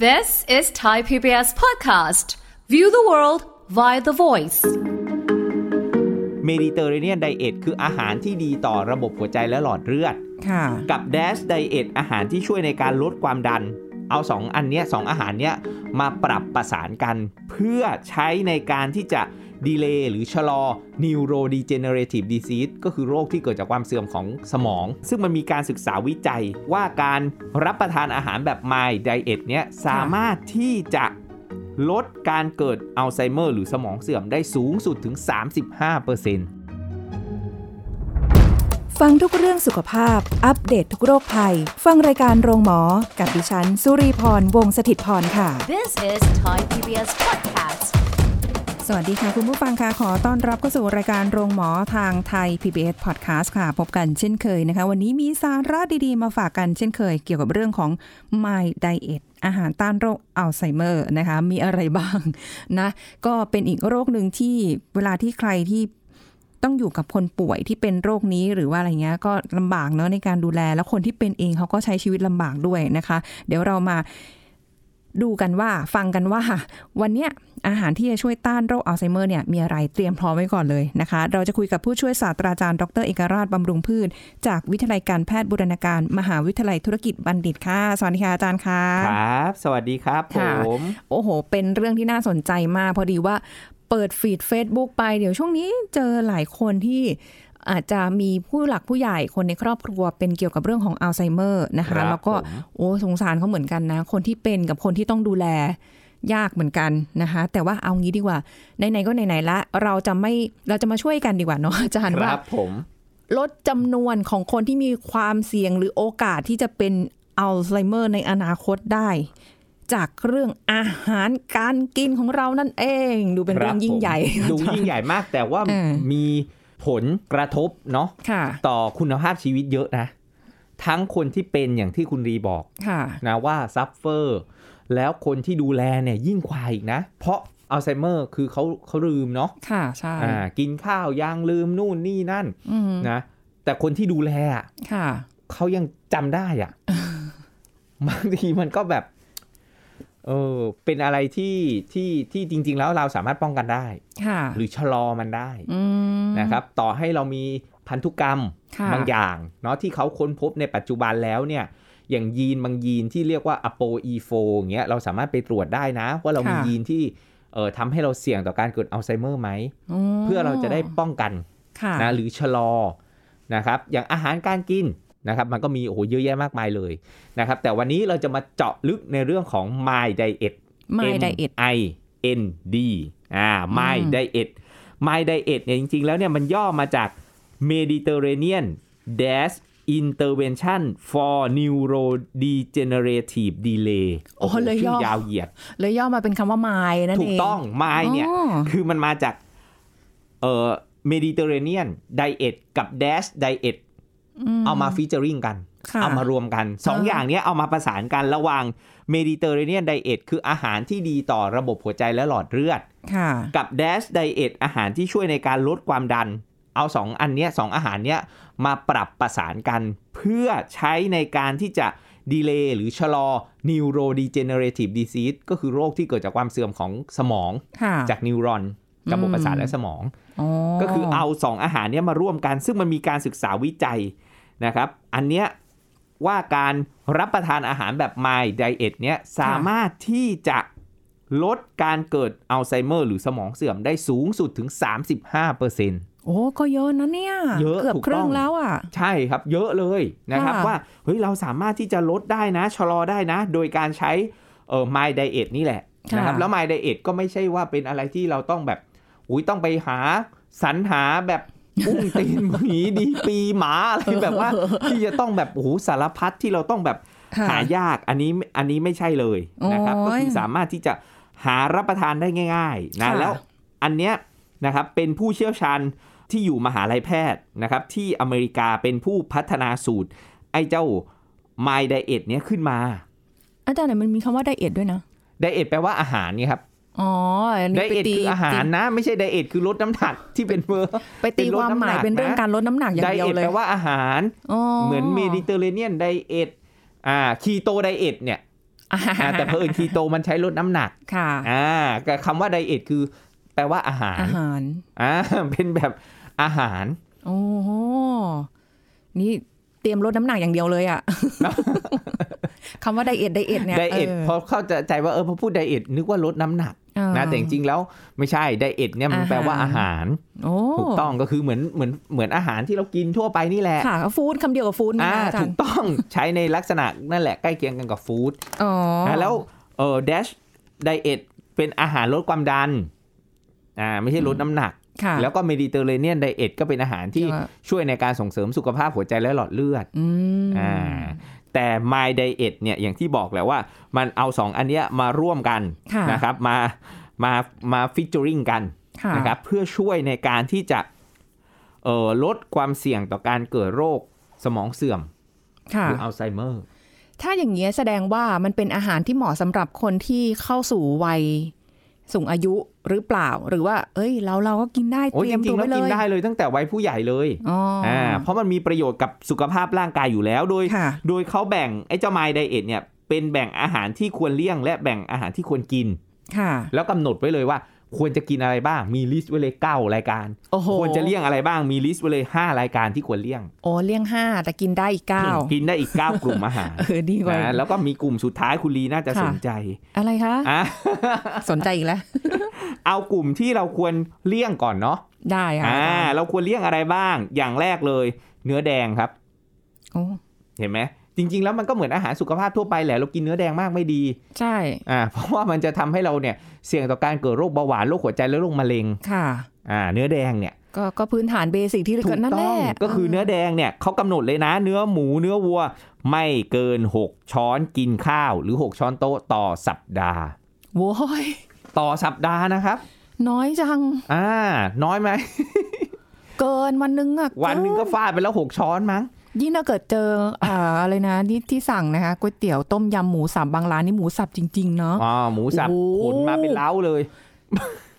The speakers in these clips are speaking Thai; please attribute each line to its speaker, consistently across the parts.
Speaker 1: This is Thai PBS podcast. View the world via the voice.
Speaker 2: เมดิเตอร์เรเนียนไดเอทคืออาหารที่ดีต่อระบบหัวใจและหลอดเลือด
Speaker 3: ค่ะ
Speaker 2: กับ Dash Diet อาหารที่ช่วยในการลดความดัน เอา 2 อันเนี้ยสองอาหารเนี้ยมาปรับประสานกัน เพื่อใช้ในการที่จะดีเลย์หรือชะลอ neurodegenerative disease ก็คือโรคที่เกิดจากความเสื่อมของสมอง ซึ่งมันมีการศึกษาวิจัยว่าการรับประทานอาหารแบบ mild diet เนี้ยสามารถที่จะลดการเกิดอัลไซเมอร์ หรือสมองเสื่อมได้สูงสุดถึง 35%
Speaker 3: ฟังทุกเรื่องสุขภาพ อัปเดตทุกโรคภัย ฟังรายการโรงหมอ กับดิฉัน สุรีพร วงศิตพรค่ะ
Speaker 1: This is Thai PBS podcast.
Speaker 3: สวัสดีค่ะ คุณผู้ฟังค่ะ ขอต้อนรับเข้าสู่รายการโรงหมอทางไทย PBS Podcast ค่ะ พบกันเช่นเคยนะคะ วันนี้มีสาระดีๆ มาฝากกันเช่นเคย เกี่ยวกับเรื่องของ My Diet อาหารต้านโรคอัลไซเมอร์นะคะ มีอะไรบ้างนะ ก็เป็นอีกโรคหนึ่งที่เวลาที่ใครที่ ต้องอยู่กับคนป่วยที่เป็นโรคนี้หรือว่าอะไรเงี้ยก็ลำบากเนาะในการดูแล แล้วคนที่เป็นเองเขาก็ใช้ชีวิตลำบากด้วยนะคะ เดี๋ยวเรามาดูกันว่าฟังกันว่า วันเนี้ยอาหารที่จะช่วยต้านโรคอัลไซเมอร์เนี่ยมีอะไรเตรียมพร้อมไว้ก่อนเลยนะคะ เราจะคุยกับผู้ช่วยศาสตราจารย์ดรเอกราชบำรุงพืช จากวิทยาลัยการแพทย์บูรณาการ มหาวิทยาลัยธุรกิจบัณฑิตค่ะสวัสดีค่ะอาจารย์ค่ะ
Speaker 2: ครับ สวัสดีครับผ
Speaker 3: ค่ะ
Speaker 2: ม
Speaker 3: โอ้โห เป็นเรื่องที่น่าสนใจมาก พอดีว่าเปิดฟีด Facebook ไปเดี๋ยวช่วงนี้เจอหลายคนที่อาจจะมีผู้หลักผู้ใหญ่คนในครอบครัวเป็นเกี่ยวกับเรื่องของอัลไซเมอร์นะ
Speaker 2: ครั
Speaker 3: คะ
Speaker 2: บ
Speaker 3: แล้วก็
Speaker 2: ผม
Speaker 3: โอ้สงสารเขาเหมือนกันนะ คนที่เป็นกับคนที่ต้องดูแลยากเหมือนกันนะคะ แต่ว่าเอางี้ดีกว่าไหนๆก็ไหนๆละ เราจะไม่เราจะมาช่วยกันดีกว่าเนาะอาจารย์
Speaker 2: ค
Speaker 3: ว่า
Speaker 2: รับผม
Speaker 3: ลดจำนวนของคนที่มีความเสี่ยงหรือโอกาสที่จะเป็นอัลไซเมอร์ในอนาคตได้ จากเรื่องอาหารการกินของเรานั่นเอง ดูเป็นเรื่องยิ่งใหญ่
Speaker 2: ครับผมดูยิ่งใหญ่มากแต่ว่า
Speaker 3: เออ
Speaker 2: มีผลกระทบเนาะ
Speaker 3: ค่ะ
Speaker 2: ต่อคุณภาพชีวิตเยอะนะ ทั้งคนที่เป็นอย่างที่คุณรีบอก
Speaker 3: ค่ะ
Speaker 2: นะว่าซัฟเฟอร์แล้วคนที่ดูแลเนี่ยยิ่งกว่าอีกนะ เพราะอัลไซเมอร์คือเขาเขาลืมเนาะ
Speaker 3: ค่ะ ใช่
Speaker 2: อ่ากินข้าวยังลืมนู่นนี่นั่น
Speaker 3: อืม
Speaker 2: นะ แต่คนที่ดูแลอะ
Speaker 3: ค่ะ
Speaker 2: เขายังจำได้ อะ บางทีมันก็แบบ เออเป็นอะไรที่ที่ที่จริง ๆ แล้วเราสามารถป้องกันได้
Speaker 3: ค่ะ
Speaker 2: หรือชะลอมันได้
Speaker 3: อืม
Speaker 2: นะครับ ต่อให้เรามีพันธุกรรม
Speaker 3: ค่ะ
Speaker 2: บางอย่างเนาะที่เขาค้นพบในปัจจุบันแล้วเนี่ย อย่างยีนบางยีนที่เรียกว่า ApoE4 อย่างเงี้ยเราสามารถไปตรวจได้นะ ว่าเรามียีนที่เอ่อทำให้เราเสี่ยงต่อการเกิดอัลไซเมอร์ไหม เพื่อเราจะได้ป้องกัน
Speaker 3: ค่ะ
Speaker 2: นะหรือชะลอนะครับอย่างอาหารการกินนะครับมันก็มีโอ้โหเยอะแยะมากมายเลยนะครับแต่วันนี้เราจะมาเจาะลึกในเรื่องของ My Diet
Speaker 3: My
Speaker 2: M
Speaker 3: Diet
Speaker 2: I N D อ่า My
Speaker 3: อืม
Speaker 2: Diet My Diet เนี่ยจริงๆ แล้วเนี่ยมันย่อมาจาก Mediterranean Dash Intervention for Neurodegenerative Delay
Speaker 3: โอ้เลยย่
Speaker 2: ชื่
Speaker 3: อ
Speaker 2: อยาวเหยียด
Speaker 3: เลยย่อมาเป็นคำว่าไมล์นั่นเอ
Speaker 2: ถู
Speaker 3: ง
Speaker 2: กต้องไม้เนี่ย
Speaker 3: อ๋อ
Speaker 2: คือมันมาจากเอ่อเมดิเตอร์เรเนียนไดเอทกับ Dash ไดเอท
Speaker 3: ม
Speaker 2: เอามาฟีเจอริงกัน
Speaker 3: ค่ะ
Speaker 2: เอามารวมกันสอง
Speaker 3: อ่า
Speaker 2: อย่างเนี้ยเอามาประสานกันระหว่างเมดิเตอร์เรเนียนไดเอทคืออาหารที่ดีต่อระบบหัวใจและหลอดเลือด
Speaker 3: ค่ะ
Speaker 2: กับ Dash ไดเอทอาหารที่ช่วยในการลดความดัน เอาสองอันเนี้ยสองอาหารเนี้ยมาปรับประสานกัน เพื่อใช้ในการที่จะดีเลย์หรือชะลอ neurodegenerative disease ก็คือโรคที่เกิดจากความเสื่อมของสมอง
Speaker 3: ค่ะ
Speaker 2: จากนิวรอนระบบประสาทและสมอง
Speaker 3: อ๋อ
Speaker 2: ก็คือเอาสองอาหารเนี้ยมาร่วมกัน ซึ่งมันมีการศึกษาวิจัยนะครับ อันเนี้ยว่าการรับประทานอาหารแบบ My Diet เนี้ยสามารถที่จะลดการเกิดอัลไซเมอร์หรือสมองเสื่อมได้สูงสุดถึง 35%
Speaker 3: โอ้ ก็เยอะนะเนี่ย
Speaker 2: เยอะ
Speaker 3: เกือบ
Speaker 2: ถูก
Speaker 3: ครึ่
Speaker 2: ต้องง
Speaker 3: แล้วอ่ะ
Speaker 2: ใช่ครับ เยอะเลยนะครับ
Speaker 3: ค่ะ
Speaker 2: ว่าเฮ้ยเราสามารถที่จะลดได้นะ ชะลอได้นะ โดยการใช้เอ่อ My Diet นี่แหละนะครับแล้ว My Diet ก็ไม่ใช่ว่าเป็นอะไรที่เราต้องแบบอุ้ยต้องไปหาสรรหาแบบอุ้งตีน หมีดีปีหมาอะไรแบบว่า ที่จะต้องแบบโอ้โหสารพัดที่เราต้องแบบ
Speaker 3: ค่ะ
Speaker 2: หายากอันนี้อันนี้ไม่ใช่เลยนะครับ
Speaker 3: โอ้ย
Speaker 2: ก็คือสามารถที่จะหารับประทานได้ง่าย ๆนะ
Speaker 3: ค่ะ
Speaker 2: แล้วอันเนี้ยนะครับเป็นผู้เชี่ยวชาญ ที่อยู่มหาลัยแพทย์นะครับ ที่อเมริกาเป็นผู้พัฒนาสูตร ไอ้เจ้า My Diet เนี่ยขึ้นมา
Speaker 3: อาจารย์เนี่ยมันมีคำว่าไดเอทด้วยนะ
Speaker 2: Diet แปลว่าอาหารนี่ครับ
Speaker 3: อ๋ออันนี้
Speaker 2: Diet
Speaker 3: ไปตี
Speaker 2: คืออาหารนะ ไม่ใช่ Diet คือลดน้ำหนักที่เป็นเบอร์
Speaker 3: ไปตี
Speaker 2: เป็นลด
Speaker 3: ความห
Speaker 2: น้ำห
Speaker 3: มาย
Speaker 2: นัก
Speaker 3: เป็นเรื่อง
Speaker 2: นะ
Speaker 3: การลดน้ำหนักอย่าง
Speaker 2: Diet
Speaker 3: เดียวเลย
Speaker 2: แปลว่าอาหาร เหมือนเมดิเตอร์เรเนียน Diet อ่าคีโต Diet เนี่ย อ่าแต่เพอเอิญคีโตมันใช้ลดน้ำหนัก
Speaker 3: ค่ะ
Speaker 2: อ่ากับคำว่าไดเอทคือ แปลว่าอาหาร
Speaker 3: อาหาร
Speaker 2: อ่า เป็นแบบอาหาร
Speaker 3: โอ้โหนี่เตรียมลดน้ำหนักอย่างเดียวเลยอะ คำว่าไดเอทไดเอทเนี่ย
Speaker 2: ไดเอทเพราะเข้าใจว่าเออพอพูดไดเอทนึกว่าลดน้ำหนัก
Speaker 3: เออ
Speaker 2: นะแต่จริงๆแล้วไม่ใช่ไดเอทเนี่ยมัน
Speaker 3: อาหาร
Speaker 2: แปลว่าอาหาร
Speaker 3: โอ้
Speaker 2: ถูกต้องก็คือเหมือนเหมือนเหมือนอาหารที่เรากินทั่วไปนี่แหละ
Speaker 3: ค่ะฟู้ดคำเดียวกับฟู้ดนะ
Speaker 2: อ่า
Speaker 3: อาจาร
Speaker 2: ถูก
Speaker 3: ย์
Speaker 2: ต้องใช้ในลักษณะนั่นแหละใกล้เคียงกันกับฟู้ด
Speaker 3: อ๋อ
Speaker 2: นะแล้วเออดชไดเอทเป็นอาหารลดความดันอ่าไม่ใช่ลดน้ำหนัก
Speaker 3: ค่ะ
Speaker 2: แล้วก็เมดิเตอร์เรเนียนไดเอทก็เป็นอาหารที่
Speaker 3: เดี๋ยวอะ
Speaker 2: ช่วยในการส่งเสริมสุขภาพหัวใจและหลอดเลือด
Speaker 3: อืม
Speaker 2: อ่าแต่ My Diet เนี่ยอย่างที่บอกแหละว่ามันเอา 2 อันเนี้ยมาร่วมกัน
Speaker 3: ค่ะ
Speaker 2: นะครับมามามาฟิชเจอริงกัน
Speaker 3: ค่ะ
Speaker 2: นะครับเพื่อช่วยในการที่จะเอ่อลดความเสี่ยงต่อการเกิดโรคสมองเสื่อมห
Speaker 3: ค่ะ
Speaker 2: รืออัลไซเมอร์
Speaker 3: ถ้าอย่างเงี้ยแสดงว่ามันเป็นอาหารที่เหมาะสำหรับคนที่เข้าสู่วัยสูงอายุหรือเปล่า หรือว่า เอ้ย เราเราก็กินได้
Speaker 2: โอ้
Speaker 3: เต
Speaker 2: ย
Speaker 3: รี
Speaker 2: จ
Speaker 3: ยม
Speaker 2: ริ
Speaker 3: ตั
Speaker 2: งๆ
Speaker 3: ว
Speaker 2: แล้ว
Speaker 3: ไว้เล
Speaker 2: กิน
Speaker 3: ย
Speaker 2: ได้เลยตั้งแต่วัยผู้ใหญ่เลย
Speaker 3: อ๋ออ
Speaker 2: ่าเพราะมันมีประโยชน์กับสุขภาพร่างกายอยู่แล้วโดย
Speaker 3: ค่ะ
Speaker 2: โดยเขาแบ่งไอ้เจ้า My Diet เนี่ยเป็นแบ่งอาหารที่ควรเลี่ยง และแบ่งอาหารที่ควรกิน
Speaker 3: ค่ะ
Speaker 2: แล้วกำหนดไว้เลยว่าควรจะกินอะไรบ้างมีลิสต์ไว้เลย9รายการ
Speaker 3: โอ้โห
Speaker 2: ควรจะเลี่ยงอะไรบ้างมีลิสต์ไว้เลย 5 รายการที่ควรเลี่ยง
Speaker 3: โอ้เลี่ยงห้าแต่กินได้อีกเก้า
Speaker 2: กินได้อีก 9 กลุ่มอาหาร
Speaker 3: เอ อดีกว่า
Speaker 2: นะแล้วก็มีกลุ่มสุดท้ายคุณลีน่าจะส
Speaker 3: ค่ะ
Speaker 2: นใจ
Speaker 3: อะไรคะ
Speaker 2: อ่ะ
Speaker 3: สนใจอีกแล้ว
Speaker 2: เอากลุ่มที่เราควรเลี่ยงก่อนเนาะ
Speaker 3: ได้ค่ะ
Speaker 2: อ่า
Speaker 3: อาจารย์
Speaker 2: เราควรเลี่ยงอะไรบ้าง อย่างแรกเลย เนื้อแดงครับ
Speaker 3: โอ้
Speaker 2: เห็นไหมจริง ๆ แล้วมันก็เหมือนอาหารสุขภาพทั่วไปแหละเรากินเนื้อแดงมากไม่ดี
Speaker 3: ใช่
Speaker 2: อ่าเพราะว่ามันจะทำให้เราเนี่ยเสี่ยงต่อการเกิดโรคเบาหวานโรคหัวใจและโรคมะเร็ง
Speaker 3: ค่ะ
Speaker 2: อ่าเนื้อแดงเนี่ย
Speaker 3: ก็ก็พื้นฐานเบสิกที่เรีย
Speaker 2: ถู
Speaker 3: กั
Speaker 2: ก
Speaker 3: นนั่น
Speaker 2: ต้
Speaker 3: แห
Speaker 2: อ
Speaker 3: ละ
Speaker 2: งก็คือเนื้อแดงเนี่ยเขากำหนดเลยนะ เนื้อหมูเนื้อวัวไม่เกิน 6 ช้อนกินข้าว หรือ 6 ช้อนโต๊ะต่อสัปดาห์
Speaker 3: โว้ย
Speaker 2: ต่อสัปดาห์นะครับ
Speaker 3: น้อยจัง
Speaker 2: อ่าน้อยไหม
Speaker 3: เกินวันหนึงอะ
Speaker 2: วันหนึงก็
Speaker 3: เ
Speaker 2: ฟาดไปแล้ว 6 ช้อนมั้ง
Speaker 3: นยิ่งถ้าเกิดเจออ่าอะไรนะที่ที่สั่งนะคะก๋วยเตี๋ยวต้มยำหมูสับบางร้านนี่หมูสับจริงๆเนาะ
Speaker 2: อ๋อหมูสับ
Speaker 3: โอ้โห
Speaker 2: ขนมาเป็นเล้าเลย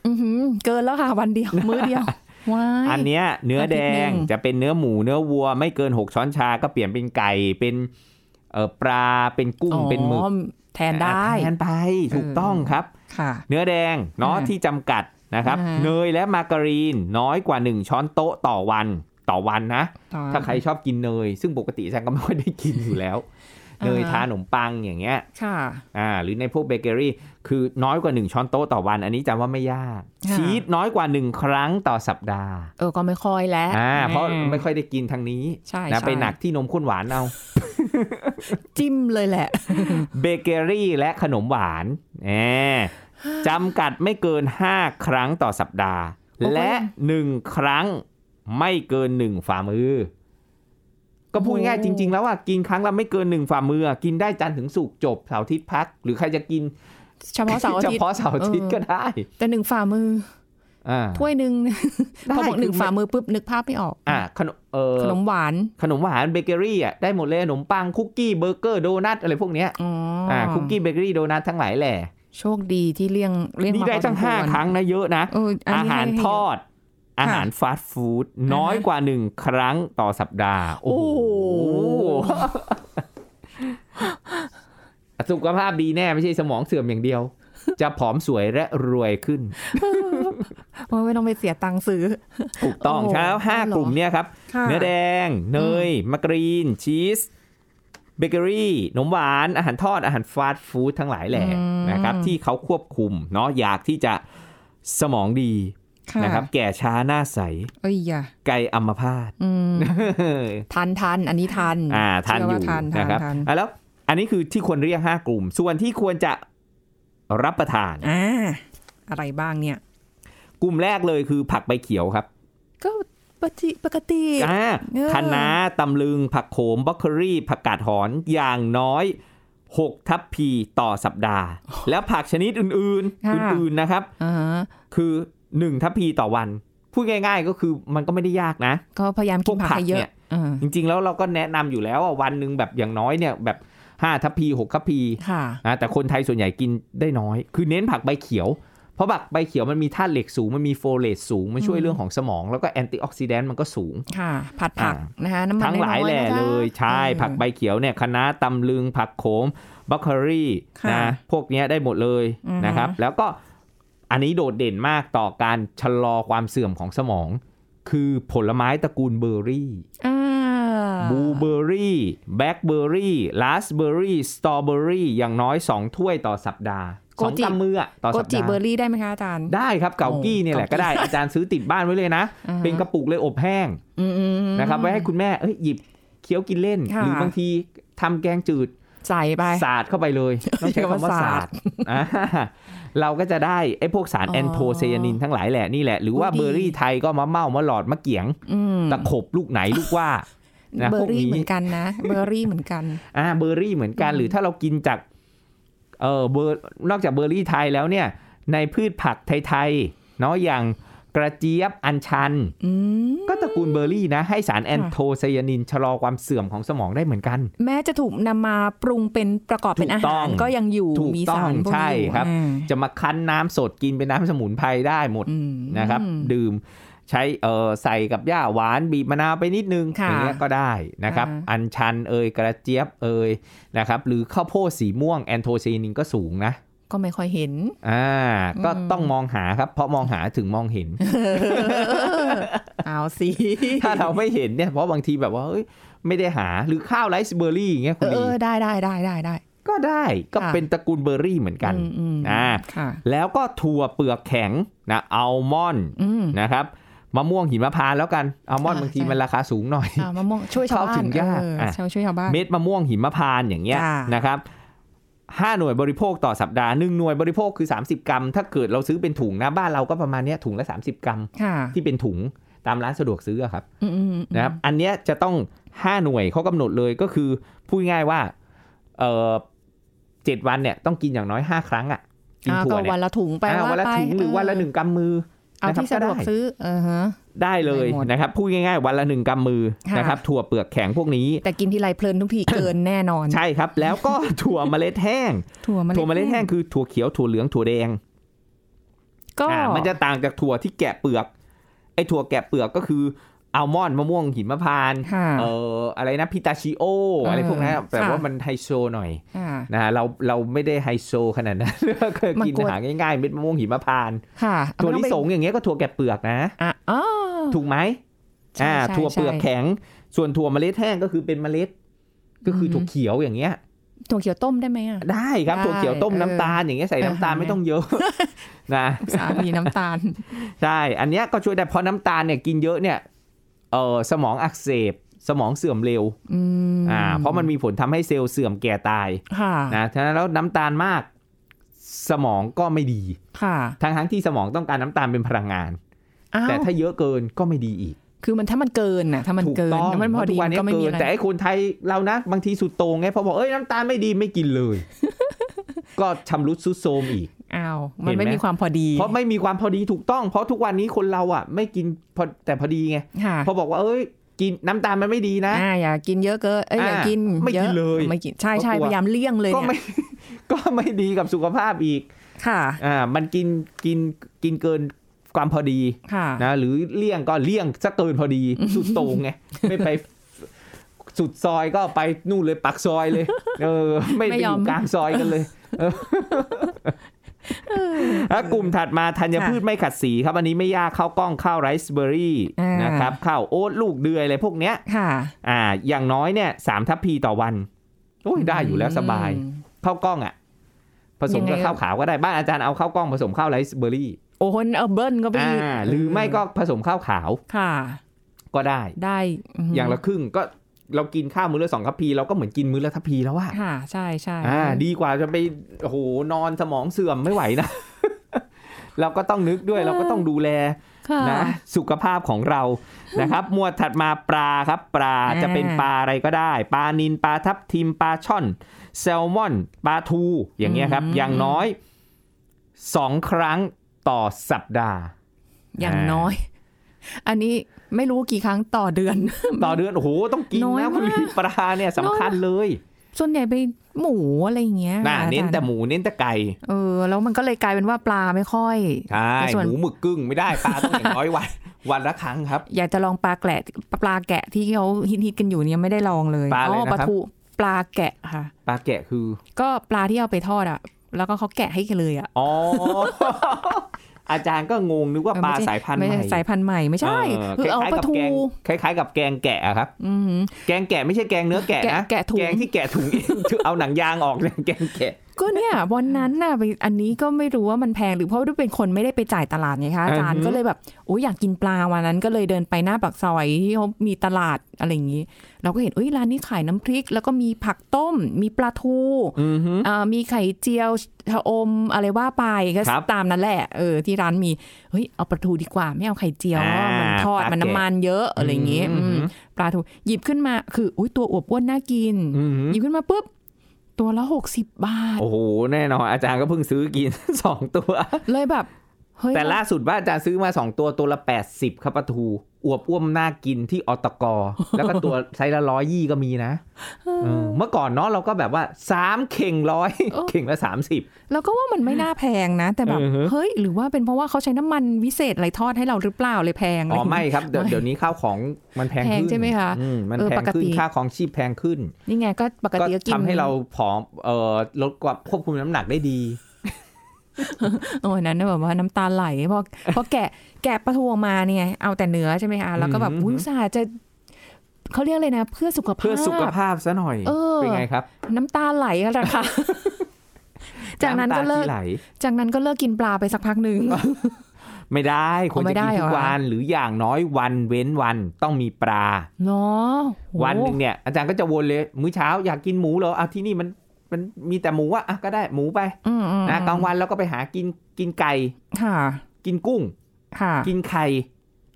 Speaker 3: อื้อหือเกินแล้วค่ะวัน เดียว มื้อเดียวว้าย
Speaker 2: อันเนี้ยเนื้อแดง
Speaker 3: อาทิตย์หนึ่ง
Speaker 2: จะเป็นเนื้อหมูเนื้อวัว ไม่เกิน 6 ช้อนชาก็เปลี่ยนเป็นไก่เป็นเอ่อปลาเป็นกุ้งเป็นหมึก
Speaker 3: อ๋อแทนได้
Speaker 2: อ่ะแทนไปถูก
Speaker 3: เออ
Speaker 2: ต้องครับ
Speaker 3: ค่ะ
Speaker 2: เนื้อแดงเนาะ
Speaker 3: อ่า
Speaker 2: ที่จำกัดนะครับ
Speaker 3: อ่า
Speaker 2: เนยและมาการีนน้อยกว่า 1 ช้อนโต๊ะต่อวันต่อวันนะ
Speaker 3: ต่อ
Speaker 2: ถ้าใครชอบกินเนย ซึ่งปกติฉันก็ไม่ค่อยได้กินอยู่แล้ว
Speaker 3: อ่า
Speaker 2: เนยทานขนมปังอย่างเงี้ย
Speaker 3: ค่ะ
Speaker 2: อ่าหรือในพวกเบเกอรี่คือน้อยกว่า 1 ช้อนโต๊ะต่อวัน อันนี้จำว่าไม่ยาก
Speaker 3: ค่ะ
Speaker 2: ชีสน้อยกว่า 1 ครั้งต่อสัปดาห์
Speaker 3: เออก็ไม่ค่อยแล้ว
Speaker 2: อ่า
Speaker 3: แหม
Speaker 2: เพราะไม่ค่อยได้กินทางนี้
Speaker 3: ใช่
Speaker 2: นะ
Speaker 3: ใช่
Speaker 2: ไปหนักที่นมข้นหวานเอา
Speaker 3: จิ้มเลยแหละ
Speaker 2: เบเกอรี่และขนมหวานแหมจำกัดไม่เกิน 5 ครั้งต่อสัปดาห์
Speaker 3: โอ้ย
Speaker 2: และ 1 ครั้งไม่เกิน 1 ฝ่ามือ ก็พูด
Speaker 3: โอ้
Speaker 2: ง่ายจริง ๆ แล้วว่ากินครั้งละไม่เกิน 1 ฝ่ามืออะกินได้จันทร์ถึงสุกร์จบเสาร์อาทิตย์พัก หรือใครจะกิน
Speaker 3: เฉพาะเสาร์อา
Speaker 2: เฉ
Speaker 3: ทิตย์
Speaker 2: พาะเสาร์อาทิตย์
Speaker 3: เออ
Speaker 2: ก็ได้
Speaker 3: แต่หนึ่งฝ่ามือ
Speaker 2: อ่า
Speaker 3: ถ้วยหนึ่ง
Speaker 2: ได้
Speaker 3: พอบอกหนึ่ง
Speaker 2: คือ
Speaker 3: ฝ่ามือปุ๊บนึกภาพไม่ออก
Speaker 2: อ่าขนมเอ่อ
Speaker 3: ขนมหวาน
Speaker 2: ขนมหวานเบเกอรี่อ่ะได้หมดเลยขนมปังคุกกี้เบอร์เกอร์โดนัทอะไรพวกเนี้ย
Speaker 3: อ๋อ
Speaker 2: อ่าคุกกี้เบเกอรี่โดนัททั้งหลายแหละ
Speaker 3: โชคดีที่เลี่ยงเลี่ยง
Speaker 2: นี่
Speaker 3: มา
Speaker 2: ได้ตั้ง
Speaker 3: พอสม
Speaker 2: ห้า
Speaker 3: คว
Speaker 2: ครั้งนะเยอะนะ
Speaker 3: เอออัน
Speaker 2: อา
Speaker 3: นี้
Speaker 2: หาร
Speaker 3: ให้ให้
Speaker 2: ทอด อาหารฟาสต์ฟู้ดน้อยกว่าหนึ่งครั้งต่อสัปดาห์ โอ้
Speaker 3: โอ้
Speaker 2: โห
Speaker 3: โห
Speaker 2: สุขภาพดีแน่ไม่ใช่สมองเสื่อมอย่าง เดียว จะผอมสวยและรวยขึ้น
Speaker 3: โอ้ยไม่ต้องไปเสียตังค์ซื้อ
Speaker 2: ถูกต้อง
Speaker 3: โอ้โห
Speaker 2: ครับห้า
Speaker 3: เหรอ
Speaker 2: กลุ่มเนี่ยครับ
Speaker 3: ค่ะ
Speaker 2: เนื้อแดง เนยมะกรีน ชีส เบเกอรี่นมหวาน อาหารทอด อาหารฟาสต์ฟู้ดทั้งหลายแหละนะครับ ที่เขาควบคุมเนาะอยากที่จะสมองดีนะครับ แก่ช้าหน้าใส
Speaker 3: เอ้ยอย่า
Speaker 2: ไกลอัมพาต
Speaker 3: อืม ทันทันอันนี้ทัน
Speaker 2: อ่าทานอ
Speaker 3: เชื่ว่
Speaker 2: ยู่
Speaker 3: ทันทั
Speaker 2: นะครับ
Speaker 3: ทั
Speaker 2: อ่ะแล้วอันนี้คือที่ควรเรียก 5 กลุ่ม ส่วนที่ควรจะรับประทาน
Speaker 3: อ่าอะไรบ้างเนี่ย
Speaker 2: กลุ่มแรกเลยคือผักใบเขียวครับ
Speaker 3: ก็ปกติปกติ
Speaker 2: อ่า
Speaker 3: เออ
Speaker 2: คะน้าตำลึง ผักโขมบรอกโคลีผักกาดหอนอย่างน้อย 6 ทัพพีต่อสัปดาห์ แล้วผักชนิดอื่นๆ อื่นๆนะครับ
Speaker 3: อ่าฮะ
Speaker 2: คือ 1 ทัพพีต่อวัน พูดง่าย ๆ ก็คือมันก็ไม่ได้ยากนะ
Speaker 3: ก็พยายามกินผักให้เย
Speaker 2: พวกผักเนี่ย
Speaker 3: อะอ่า
Speaker 2: จริงๆแล้วเราก็แนะนำอยู่แล้วว่าวันหนึ่งแบบอย่างน้อยเนี่ยแบบ 5 ทัพพี6ทัพพี
Speaker 3: ค่ะ
Speaker 2: นะแต่คนไทยส่วนใหญ่กินได้น้อย คือเน้นผักใบเขียว เพราะผักใบเขียวมันมีธาตุเหล็กสูง มันมีโฟเลตสูง มันช่วยเรื่องของสมอง แล้วก็แอนตี้ออกซิแดนต์มันก็สูง
Speaker 3: ค่ะ ผัดผัก
Speaker 2: อ่า
Speaker 3: นะคะน้ำมัน
Speaker 2: ทั้งหลาย
Speaker 3: น้อ
Speaker 2: แห
Speaker 3: ๆ
Speaker 2: ล่
Speaker 3: นะคะ
Speaker 2: เลย ใช่
Speaker 3: ออ
Speaker 2: ผักใบเขียวเนี่ยคะน้าตำลึงผักโขม บัคเคอรี่
Speaker 3: ค่ะ
Speaker 2: นะพวกเนี้ยได้หมดเลย
Speaker 3: อือฮึ
Speaker 2: นะครับ แล้วก็อันนี้โดดเด่นมากต่อการชะลอความเสื่อมของสมอง คือผลไม้ตระกูลเบอร์รี่
Speaker 3: อ่า
Speaker 2: บลูเบอร์รี่แบล็คเบอร์รี่ลาสเบอร์รี่สตรอเบอร์รี่อย่างน้อย 2 ถ้วยต่อสัปดาห์สองกำมืออะต่อ
Speaker 3: โก
Speaker 2: สัป
Speaker 3: จิ
Speaker 2: ดาห์
Speaker 3: เบอร์รี่ได้ไหมคะอาจารย์
Speaker 2: ได้ครับเกากี้เนี่ยแหละ
Speaker 3: เกากี้
Speaker 2: ก็ได้ อาจารย์ซื้อติดบ้านไว้เลยนะ
Speaker 3: อ่าฮะ
Speaker 2: เป็นกระปุกเลยอบแห้ง
Speaker 3: อืมๆๆ
Speaker 2: นะครับไว้ให้คุณแม่เอ้ยหยิบเคี้ยวกินเล่น
Speaker 3: ค่ะ
Speaker 2: หรือบางทีทำแกงจืด
Speaker 3: ใส่ไป
Speaker 2: สาดเข้าไปเลยต้องใช้คำว่าสาดอ่าเราก็จะได้ไอ้พวกสาร
Speaker 3: อ๋อ
Speaker 2: แอนโทไซยานินทั้งหลายแหละนี่แหละหรือว่า
Speaker 3: โอ้ดี
Speaker 2: เบอร์รี่ไทยก็มะเม่ามะหลอดมะเกียง
Speaker 3: อืม
Speaker 2: ตะขบลูกไหนลูกว่านะ
Speaker 3: เบอ
Speaker 2: พวก
Speaker 3: ร์รี่
Speaker 2: นี้
Speaker 3: เหมือนกันนะ เบอร์รี่เหมือนกัน
Speaker 2: อ่าเบอร์รี่เหมือนกันหรือถ้าเรากินจากเออเบอร์นอกจากเบอร์รี่ไทยแล้วเนี่ย ในพืชผักไทยๆเนาะอย่างกระเจี๊ยบอัญชัน
Speaker 3: อืม
Speaker 2: ก็ตระกูลเบอร์รี่นะ ให้สารแอนโทไซยานินชะลอความเสื่อมของสมองได้เหมือนกัน
Speaker 3: แม้จะถูกนำมาปรุงเป็นประกอบเป็นอา
Speaker 2: ถูกต้
Speaker 3: หา
Speaker 2: อ
Speaker 3: รง ก็ยังอยู่
Speaker 2: ถูก
Speaker 3: มี
Speaker 2: ต้อง
Speaker 3: สารพวก
Speaker 2: ใช่
Speaker 3: นี้อยู่
Speaker 2: ครับ
Speaker 3: อ่า
Speaker 2: จะมาคั้นน้ำสดกินเป็นน้ำสมุนไพรได้หมด
Speaker 3: อืม
Speaker 2: นะครับ ดื่มใช้เออใส่กับหญ้าหวานบีบมะนาวไปนิดนึง
Speaker 3: ค่ะ
Speaker 2: อย่างเงี้ยก็ได้นะครับ
Speaker 3: อ่าฮะ
Speaker 2: อัญชันเอยกระเจี๊ยบเอยนะครับ หรือข้าวโพดสีม่วงแอนโทไซยานินก็สูงนะ
Speaker 3: ก็ไม่ค่อยเห็น
Speaker 2: อ่าก็
Speaker 3: อืม
Speaker 2: ต้องมองหาครับ เพราะมองหาถึงมอง เห็น
Speaker 3: เอาสิ
Speaker 2: ถ้าเราไม่เห็นเนี่ยเพราะบางทีแบบว่าเฮ้ยไม่ได้หาหรือข้าวไรซ์เบอร์รี่อย่างเงี้ยคุณ
Speaker 3: เอ
Speaker 2: ลี
Speaker 3: อได้ได้ได้ได้ได้
Speaker 2: ก็ได้ก็
Speaker 3: ค่ะ
Speaker 2: เป็นตระกูลเบอร์รี่เหมือนกัน
Speaker 3: อืมอืม
Speaker 2: อ่า
Speaker 3: ค่ะ
Speaker 2: แล้วก็ถั่วเปลือกแข็งนะอัลมอนด์
Speaker 3: อืม
Speaker 2: นะครับมะม่วงหิมพานต์แล้วกันอัลมอนด์
Speaker 3: อ่า
Speaker 2: บางที
Speaker 3: ใช่
Speaker 2: มันราคาสูงหน่อย
Speaker 3: อ่ามะม่วงช่วยชาวบ้า
Speaker 2: เข้าถึ
Speaker 3: น
Speaker 2: งยาก
Speaker 3: เอออะ ช่วยช่วยชาวบ้าน
Speaker 2: เม็ดมะม่วงหิมพานต์อย่างเงี้ย
Speaker 3: จ้าน
Speaker 2: นะครับห้าหน่วยบริโภคต่อสัปดาห์หนึ่งหน่วยบริโภคคือ 30 กรัม ถ้าเกิดเราซื้อเป็นถุงนะบ้านเราก็ประมาณเนี้ยถุงละ 30 กรัม
Speaker 3: ค่ะ
Speaker 2: ที่เป็นถุงตามร้านสะดวกซื้ออะครับ
Speaker 3: อืมอืมอืม
Speaker 2: นะครับอันเนี้ยจะต้อง 5 หน่วยเขากำหนดเลยก็คือพูดง่ายว่าเออเจ็ดวันเนี่ยต้องกินอย่างน้อย 5 ครั้งอะ่ะกิน
Speaker 3: อ่า
Speaker 2: ถั่
Speaker 3: ก็
Speaker 2: วเนี่
Speaker 3: วั
Speaker 2: ย
Speaker 3: นละถุงไป
Speaker 2: อ่า
Speaker 3: ว่า
Speaker 2: วันละ
Speaker 3: ไป
Speaker 2: ถุงหรือวันละ
Speaker 3: เห
Speaker 2: นึ่งกำมือ
Speaker 3: เอา
Speaker 2: นะครับ
Speaker 3: ที่สะดวก
Speaker 2: ได้
Speaker 3: ซื้อ เออฮะ
Speaker 2: ได้เลย
Speaker 3: ได้หมด
Speaker 2: นะครับพูดง่ายๆ วันละหนึ่งกำมือ
Speaker 3: ค่ะ
Speaker 2: นะครับถั่วเปลือกแข็งพวกนี้
Speaker 3: แต่กินทีไรเพลินทุก ที เกินแน่นอน
Speaker 2: ใช่ ครับ แล้วก็ ถั่วเมล็ดแห้ง
Speaker 3: ถั่วเมล็ด
Speaker 2: ถั่วเมล็ดแห้งคือถั่วเขียวถั่วเหลืองถั่วแดง
Speaker 3: ก็
Speaker 2: อ่ามันจะต่างจากถั่วที่แกะเปลือกไอ้ถั่วแกะเปลือกก็คืออัลมอนด์มะม่วงหิมพานต์
Speaker 3: ค่ะ
Speaker 2: เอออะไรนะพิตาชิโอ อะไรพวกนั้นอะ
Speaker 3: เออ
Speaker 2: แต่ว่า
Speaker 3: ค่ะ
Speaker 2: มันไฮโซหน่อย
Speaker 3: ค่ะ
Speaker 2: นะฮะเราเราไม่ได้ไฮโซขนาดนั้น ก็
Speaker 3: มัน
Speaker 2: กิน
Speaker 3: กลัว
Speaker 2: หาง่ายๆเม็ดมะม่วงหิมพานต์
Speaker 3: ค่ะเอา
Speaker 2: ถั่ว
Speaker 3: ไม่
Speaker 2: ลิ
Speaker 3: ต้อไป
Speaker 2: สงอย่างเงี้ยก็ถั่วแกะเปลือกนะ
Speaker 3: อ่ะอ๋อ
Speaker 2: ถูกไหม
Speaker 3: ใช่
Speaker 2: อ่า
Speaker 3: ใช่
Speaker 2: ถั่วเปลือก
Speaker 3: ใช่
Speaker 2: แข็ง ส่วนถั่วเมล็ดแห้งก็คือเป็นเมล็ด ก็คืออถั่วเขียวอย่างเงี้ย
Speaker 3: ถั่วเขียวต้มได้ไหมอ่ะ
Speaker 2: ได้ครับ
Speaker 3: ได้
Speaker 2: ถั่วเขียวต้ม
Speaker 3: เออ
Speaker 2: น้ำตาลอย่างเงี้ยใส่น้ำตาล
Speaker 3: อ่าฮะ
Speaker 2: ไม่ต้องเยอะ นะ
Speaker 3: สามีน้ำตาล
Speaker 2: ใช่อันเนี้ยก็ช่วยได้เพราะน้ำตาลเนี่ยกินเยอะเนี่ยเออสมองอักเสบสมองเสื่อมเร็ว
Speaker 3: อืม
Speaker 2: อ่าเพราะมันมีผลทำให้เซลล์เสื่อมแก่ตาย
Speaker 3: ค่ะ
Speaker 2: นะฉะนั้นแล้วน้ำตาลมาก สมองก็ไม่ดี
Speaker 3: ค่ะ
Speaker 2: ทั้งทั้งๆที่สมองต้องการน้ำตาลเป็นพลังงาน
Speaker 3: อ้าว
Speaker 2: แต่ถ้าเยอะเกินก็ไม่ดีอีก
Speaker 3: คือมันถ้ามันเกินน่ะ ถ้ามัน
Speaker 2: ถูก
Speaker 3: เกิน
Speaker 2: ต้อง
Speaker 3: แล้วมันพอดี
Speaker 2: เพราะทุกวั
Speaker 3: มัน
Speaker 2: เนี้
Speaker 3: ก็ไม่
Speaker 2: เกิ
Speaker 3: มี
Speaker 2: น
Speaker 3: อะไร
Speaker 2: แต่ไอ้คนไทยเรานะ บางทีสุดโต่งไงพอบอกเอ้ยน้ำตาลไม่ดีไม่กินเลย ก็ชำรุดซุดโทรมอีก
Speaker 3: อ้าว มัน
Speaker 2: เห็นไหม
Speaker 3: ไม่มีความพอดี
Speaker 2: เพราะไม่มีความพอดีถูกต้อง เพราะทุกวันนี้คนเราอ่ะ ไม่กินพอแต่พอดีไง
Speaker 3: ค่ะ
Speaker 2: พอบอกว่าเอ้ย กินน้ำตาลมันไม่ดีนะ
Speaker 3: อ่าอย่ากินเยอะเกินเอ้ยอย่า
Speaker 2: อ่า
Speaker 3: กิน
Speaker 2: ไม่
Speaker 3: อะ
Speaker 2: กินเลย
Speaker 3: ไม่กิน ใช่
Speaker 2: เพราะ
Speaker 3: ใช่
Speaker 2: กลัว
Speaker 3: พยายามเลี่ยงเลย
Speaker 2: ก็
Speaker 3: เนี่ย
Speaker 2: ไม่ ก็ไม่ดีกับสุขภาพอีก
Speaker 3: ค่ะ
Speaker 2: อ่า มันกินกินกินเกินความพอดี
Speaker 3: ค่ะ
Speaker 2: นะหรือเลี่ยงก็เลี่ยงซะเกินพอดี สุดโต่งไง ไม่ไปสุดซอยก็ไปนู่นเลยปักซอยเลย เออ ไม่
Speaker 3: ไม่
Speaker 2: ไปอย
Speaker 3: อม
Speaker 2: ยู่กลางซอยกันเลยเออแล้วกลุ่มถัดมาธัญพืชไม่ขัดสีครับ อันนี้ไม่ยากข้าวกล้องข้าวไรซ์เบอร์รี่
Speaker 3: อ่าน
Speaker 2: นะครับข้าวโอ๊ตลูกเดือยอะไรพวกเนี้ย
Speaker 3: ค่ะ
Speaker 2: อ่า อย่างน้อยเนี่ยสามทัพพีต่อวันโอ้ยได้อยู่แล้วสบาย
Speaker 3: อืม
Speaker 2: ข้าวกล้องอ่ะ ผสม
Speaker 3: ยังไง
Speaker 2: กับข้าว
Speaker 3: ก็
Speaker 2: ขาวก็ได้บ้านอาจารย์เอาข้าวกล้องผสมข้าวไรซ์เบอร์รี่
Speaker 3: โอ้โหเอาเบิ้ลก็ไป
Speaker 2: อ่
Speaker 3: อีก
Speaker 2: าหรือไม่ก็ผสมข้าวขาว
Speaker 3: ค่ะ
Speaker 2: ก็ได้
Speaker 3: ได้ม
Speaker 2: อย่างละครึ่งก็เรากินข้าวมื้อละสองคัพพีเราก็เหมือนกินมื้อละทัพพีแล้วอะ
Speaker 3: ค่ะ ใช่ใช่
Speaker 2: อ่า ดีกว่าจะไปโอ้โหนอนสมองเสื่อมไม่ไหวนะ เราก็ต้องนึกด้วยเราก็ต้องดูแล
Speaker 3: ค่ะ
Speaker 2: นะสุขภาพของเรานะครับ หมวดถัดมาปลาครับ ปลา
Speaker 3: อ่า
Speaker 2: จะเป็นปลาอะไรก็ได้ ปลานิลปลาทับทิมปลาช่อน แซลมอนปลาทู อย่างเงี้ยครับ อย่างน้อยสองครั้งต่อสัปดาห์
Speaker 3: อย่างน้อย อันนี้ไม่รู้กี่ครั้งต่อเดือน
Speaker 2: ต่อเดือนโอ้โหต้องกิน
Speaker 3: น้อย
Speaker 2: นะคุณ
Speaker 3: มาก
Speaker 2: ปลาเนี่ยสำคัญเลย
Speaker 3: ส่วนใหญ่ไปหมูอะไรอย่างเงี้ย
Speaker 2: น่ะ
Speaker 3: อาจารย์
Speaker 2: เน้นแต่หมูเน้นแต่ไก่
Speaker 3: เออ แล้วมันก็เลยกลายเป็นว่าปลาไม่ค่อย
Speaker 2: ใช่
Speaker 3: แต่ส่วน
Speaker 2: หมูหมึกกึ้งไม่ได้ปลาต้องอย่างน้อยวัน วันละครั้งครับ
Speaker 3: อยากจะลองปลาแกะปลาแกะที่เขาฮิตๆกันอยู่เนี่ยไม่ได้ลองเลย
Speaker 2: ปลาอะไร
Speaker 3: อ๋อ
Speaker 2: นะครับ
Speaker 3: ปลาทู ปลาแกะค่ะ
Speaker 2: ปลาแกะคือ
Speaker 3: ก็ปลาที่เอาไปทอดอ่ะ แล้วก็เขาแกะให้กันเลยอ่ะ
Speaker 2: อ๋อ อาจารย์ก็งงนึกว่า
Speaker 3: เออ
Speaker 2: ปลา
Speaker 3: ไม่ใช่
Speaker 2: สายพันธุ์
Speaker 3: ไม่
Speaker 2: ให
Speaker 3: ใช่
Speaker 2: ม่
Speaker 3: สายพันธุ์ใหม่ไม่ใช่
Speaker 2: เอ
Speaker 3: คือ
Speaker 2: อ
Speaker 3: เอา
Speaker 2: คล้ายๆกับแกง
Speaker 3: ปลาทู
Speaker 2: คล้ายๆกับแกงแกะอะครับ
Speaker 3: อืม
Speaker 2: แกงแกะไม่ใช่แกงเนื้อแกะ
Speaker 3: แกะ
Speaker 2: นะ
Speaker 3: แกะถุง
Speaker 2: แกงที่แกะถุง เอาหนังยางออกเนี่ยแกงแกะ
Speaker 3: ก็เนี่ย วันนั้นน่ะไปอันนี้ก็ไม่รู้ว่ามันแพงหรือเพราะด้วยเป็นคนไม่ได้ไปจ่ายตลาดไงคะอาจาร
Speaker 2: อื
Speaker 3: ย์
Speaker 2: อฮึ
Speaker 3: ก็เลยแบบโอ้ยอยากกินปลาวันนั้นก็เลยเดินไปหน้าปากซอยที่เขามีตลาดอะไรอย่างนี้ เราก็เห็นเอ้ยร้านนี้ขายน้ำพริก แล้วก็มีผักต้ม มีปลาทู
Speaker 2: อือฮึ
Speaker 3: อ่ามีไข่เจียวชะอมอะไรว่าไปก็
Speaker 2: ครับ
Speaker 3: ตามนั้นแหละเออที่ร้านมีเฮ้ยเอาปลาทูดีกว่าไม่เอาไข่เจียว
Speaker 2: อ่า
Speaker 3: มันทอด
Speaker 2: ปลา
Speaker 3: มัน
Speaker 2: แกะ
Speaker 3: น้ำมันเยอะอะไรอย่างนี้
Speaker 2: อือฮึ
Speaker 3: อืมปลาทูหยิบขึ้นมาคืออุ้ยตัวอวบอ้วนน่ากิน
Speaker 2: อือฮึ
Speaker 3: หยิบขึ้นมาปุ๊บตัวละหกสิบบาท
Speaker 2: โอ้โหแน่นอนอาจารย์ก็เพิ่งซื้อกิน สองตัว
Speaker 3: เลยแบบ เฮ้ย
Speaker 2: แต่ล่าสุดว่าอาจารย์ซื้อมาสองตัวตัวละ 80ครับปลาทูอวบอ้วมน่ากินที่อ ตกแล้วก็ตัว ไซส์ละร้อยยี่ก็มีนะเออเมื่อก่อนเนาะเราก็แบบว่าสามเข่งร้อยเข่งละสามสิบ
Speaker 3: เราก็ว่ามันไม่น่าแพงนะ แต่แบบ
Speaker 2: อือฮึ
Speaker 3: เฮ้ย หรือว่าเป็นเพราะว่าเขาใช้น้ำมันวิเศษอะไรทอดให้เราหรือเปล่าเลยแพงะร
Speaker 2: อ๋
Speaker 3: ย่า
Speaker 2: อง
Speaker 3: เงี้ย
Speaker 2: ไม่ครับเดี๋ยว
Speaker 3: ไม่
Speaker 2: เดี๋ยวนี้ข้าวของมันแพง
Speaker 3: แพง
Speaker 2: ขึ้น
Speaker 3: ใช่ไหมคะ
Speaker 2: อืมัน
Speaker 3: เออ
Speaker 2: แพ
Speaker 3: ป
Speaker 2: ง
Speaker 3: ก
Speaker 2: ขึ้
Speaker 3: ติ
Speaker 2: นค่าของชีพแพงขึ้น
Speaker 3: นี่ไงก็ปกติก็กิน
Speaker 2: ทำให้เราผอมเอ่อลดความควบคุมน้ำหนักได้ดี
Speaker 3: โอ้ยนั้นแบบว่าน้ำตาไหลเพอพอแกะแกะปลาทูออกมาเนี่ยเอาแต่เนื้อใช่ไหมคะแล้วก็แบบ
Speaker 2: อือฮึ
Speaker 3: อุ้ยอุตสาห์จะเขาเรียกเลยนะ เพื่อสุขภาพ
Speaker 2: เพื่อสุขภาพซะหน่อย
Speaker 3: เออ
Speaker 2: เป็นไงครับ
Speaker 3: น้ำตาไหลอะค่ะ จากนั้น
Speaker 2: ำ
Speaker 3: ก็
Speaker 2: ต
Speaker 3: เลิก
Speaker 2: ที่ไหล
Speaker 3: จากนั้นก็เลิกกินปลาไปสักพักหนึ่ง
Speaker 2: ไม่ได้ควร
Speaker 3: ไม่
Speaker 2: จะ
Speaker 3: ได้
Speaker 2: กินทุ
Speaker 3: เหร
Speaker 2: ก
Speaker 3: อ
Speaker 2: วันหรืออย่างน้อยวันเว้นวันต้องมีปลา
Speaker 3: เนาะโห
Speaker 2: วันหนึ่งเนี่ยอาจารย์ก็จะวนเลย มื้อเช้าอยากกินหมูเหรออ่ะที่นี่มันมันมีแต่หมูอะอ่ะก็ได้หมูไป
Speaker 3: อืมอืม
Speaker 2: นะกลางวันเราก็ไปหากินกินไก่
Speaker 3: ค่ะ
Speaker 2: กินกุ้ง
Speaker 3: ค่ะ
Speaker 2: กินไข่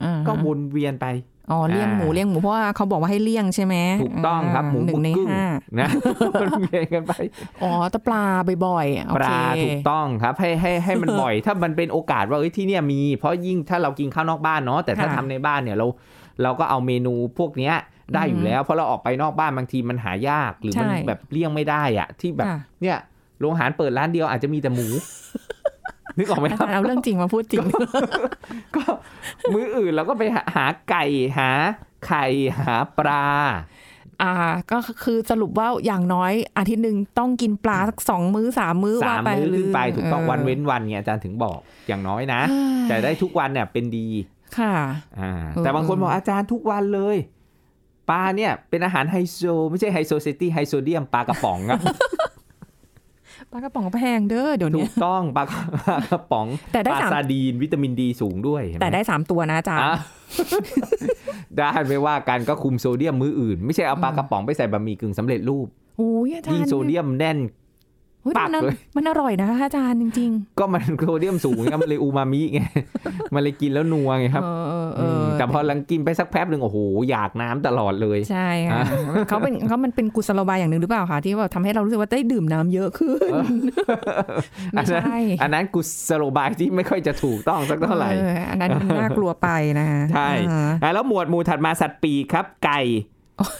Speaker 3: อ่าฮะ
Speaker 2: ก็วนเวียนไป
Speaker 3: อ๋อเลี่ยงหมู
Speaker 2: อ่า
Speaker 3: เลี่ยงหมูเพราะว่าเขาบอกว่าให้เลี่ยงใช่ไหม
Speaker 2: ถูกต้องครับหมู
Speaker 3: าหนึ่
Speaker 2: บุ
Speaker 3: ง
Speaker 2: ก
Speaker 3: ใน
Speaker 2: กุ้ง
Speaker 3: ห้า
Speaker 2: นะวนเวียนกันไป
Speaker 3: อ๋อแตะปลาบ่อยๆโอ
Speaker 2: ป
Speaker 3: เค
Speaker 2: ลาถูกต้องครับให้ให้ให้มัน บ่อย ถ้ามันเป็นโอกาสว่าเอ้ยที่เนี่ยมี เพราะยิ่งถ้าเรากินข้าวนอกบ้านเนาะแต่ถ้าทำในบ้านเนี่ยเรา เราก็เอาเมนูพวกเนี้ยได้อยู่แล้ว เพราะเราออกไปนอกบ้านบางทีมันหายากหรือมันแบบเลี่ยงไม่ได้อะที่แบบ
Speaker 3: ค่ะ
Speaker 2: เนี่ยโรงอาหารเปิดร้านเดียวอาจจะมี แต่หมู นึกออกไหม
Speaker 3: อา
Speaker 2: ครั
Speaker 3: จา
Speaker 2: บ
Speaker 3: รย์เอาเรื่องจริงมาพูดจริง
Speaker 2: ก็มื้ออื่นเราก็ไปหาหาไก่หาไข่หาปลา
Speaker 3: อ่า ก็คือสรุปว่าอย่างน้อยอาทิตย์หนึ่งต้องกินปลาสักสองมื้อสามมื้อ
Speaker 2: สา
Speaker 3: ว่าม ไป
Speaker 2: มื้อขึ้นไป
Speaker 3: หรื
Speaker 2: ถูกต้อง
Speaker 3: อ
Speaker 2: วันเว้นวันเนี่ยอาจารย์ถึงบอกอย่างน้อยนะ แต่ได้ทุกวันเนี่ยเป็นดี
Speaker 3: ค่ะ
Speaker 2: อ่า
Speaker 3: เออ
Speaker 2: แต่บางคน
Speaker 3: เออ
Speaker 2: บอกอาจารย์ทุกวันเลย ปลาเนี่ยเป็นอาหารไฮโซ ไม่ใช่ไฮโซซิตี้ไฮโซเดียมปลากระป๋อง อะ
Speaker 3: ปลากระป๋องก็แพงเด้อเดี๋ยว
Speaker 2: ถู
Speaker 3: นี้
Speaker 2: กต้องปลากระป๋อง
Speaker 3: แต่ได้
Speaker 2: ปลา
Speaker 3: สาม
Speaker 2: ซาดีนวิตามินดีสูงด้วยเห็นหม
Speaker 3: แต่ได้สามตัวนะอาจารย์
Speaker 2: อ่ะ ได้ไม่ว่ากันก็คุมโซเดียมมื้ออื่น ไม่ใช่เอาปลากระป๋องไปใส่บะหมี่กึ่งสำเร็จรูป
Speaker 3: โอ้ยอาจารย์
Speaker 2: ยิ่งโซเดียมแน่น
Speaker 3: เฮ้ย
Speaker 2: ปาก
Speaker 3: มัน
Speaker 2: เลย
Speaker 3: มันอร่อยนะคะอาจารย์จริง
Speaker 2: ก็ มันโซเดียมสูงไงมันเลยอูมามิไง มันเลยกินแล้วนัวไง
Speaker 3: ๆ
Speaker 2: ครับ
Speaker 3: เออเอ
Speaker 2: อื
Speaker 3: อ
Speaker 2: ม
Speaker 3: เออ
Speaker 2: แต่พอหลังกินไปสักแป๊บหนึ่งโอ้โหอยากน้ำตลอดเลย
Speaker 3: ใช่ค่ะ
Speaker 2: อ่ะ
Speaker 3: เขาเป็นเขามันเป็นกุศโลบายอย่างหนึ่งหรือเปล่าคะที่ว่าทำให้เรารู้สึกว่าได้ดื่มน้ำเยอะขึ้น ไม่ใช่
Speaker 2: อันนั้นกุศโลบายที่ไม่ค่อยจะถูกต้องสักเท่าไหร่
Speaker 3: อออันนั้นมันน่ากลัวไปนะคะ
Speaker 2: ใช่
Speaker 3: อ่าฮะ
Speaker 2: อ่ะแล้วหมวดหมู่ถัดมาสัตว์ปีกครับ ไก่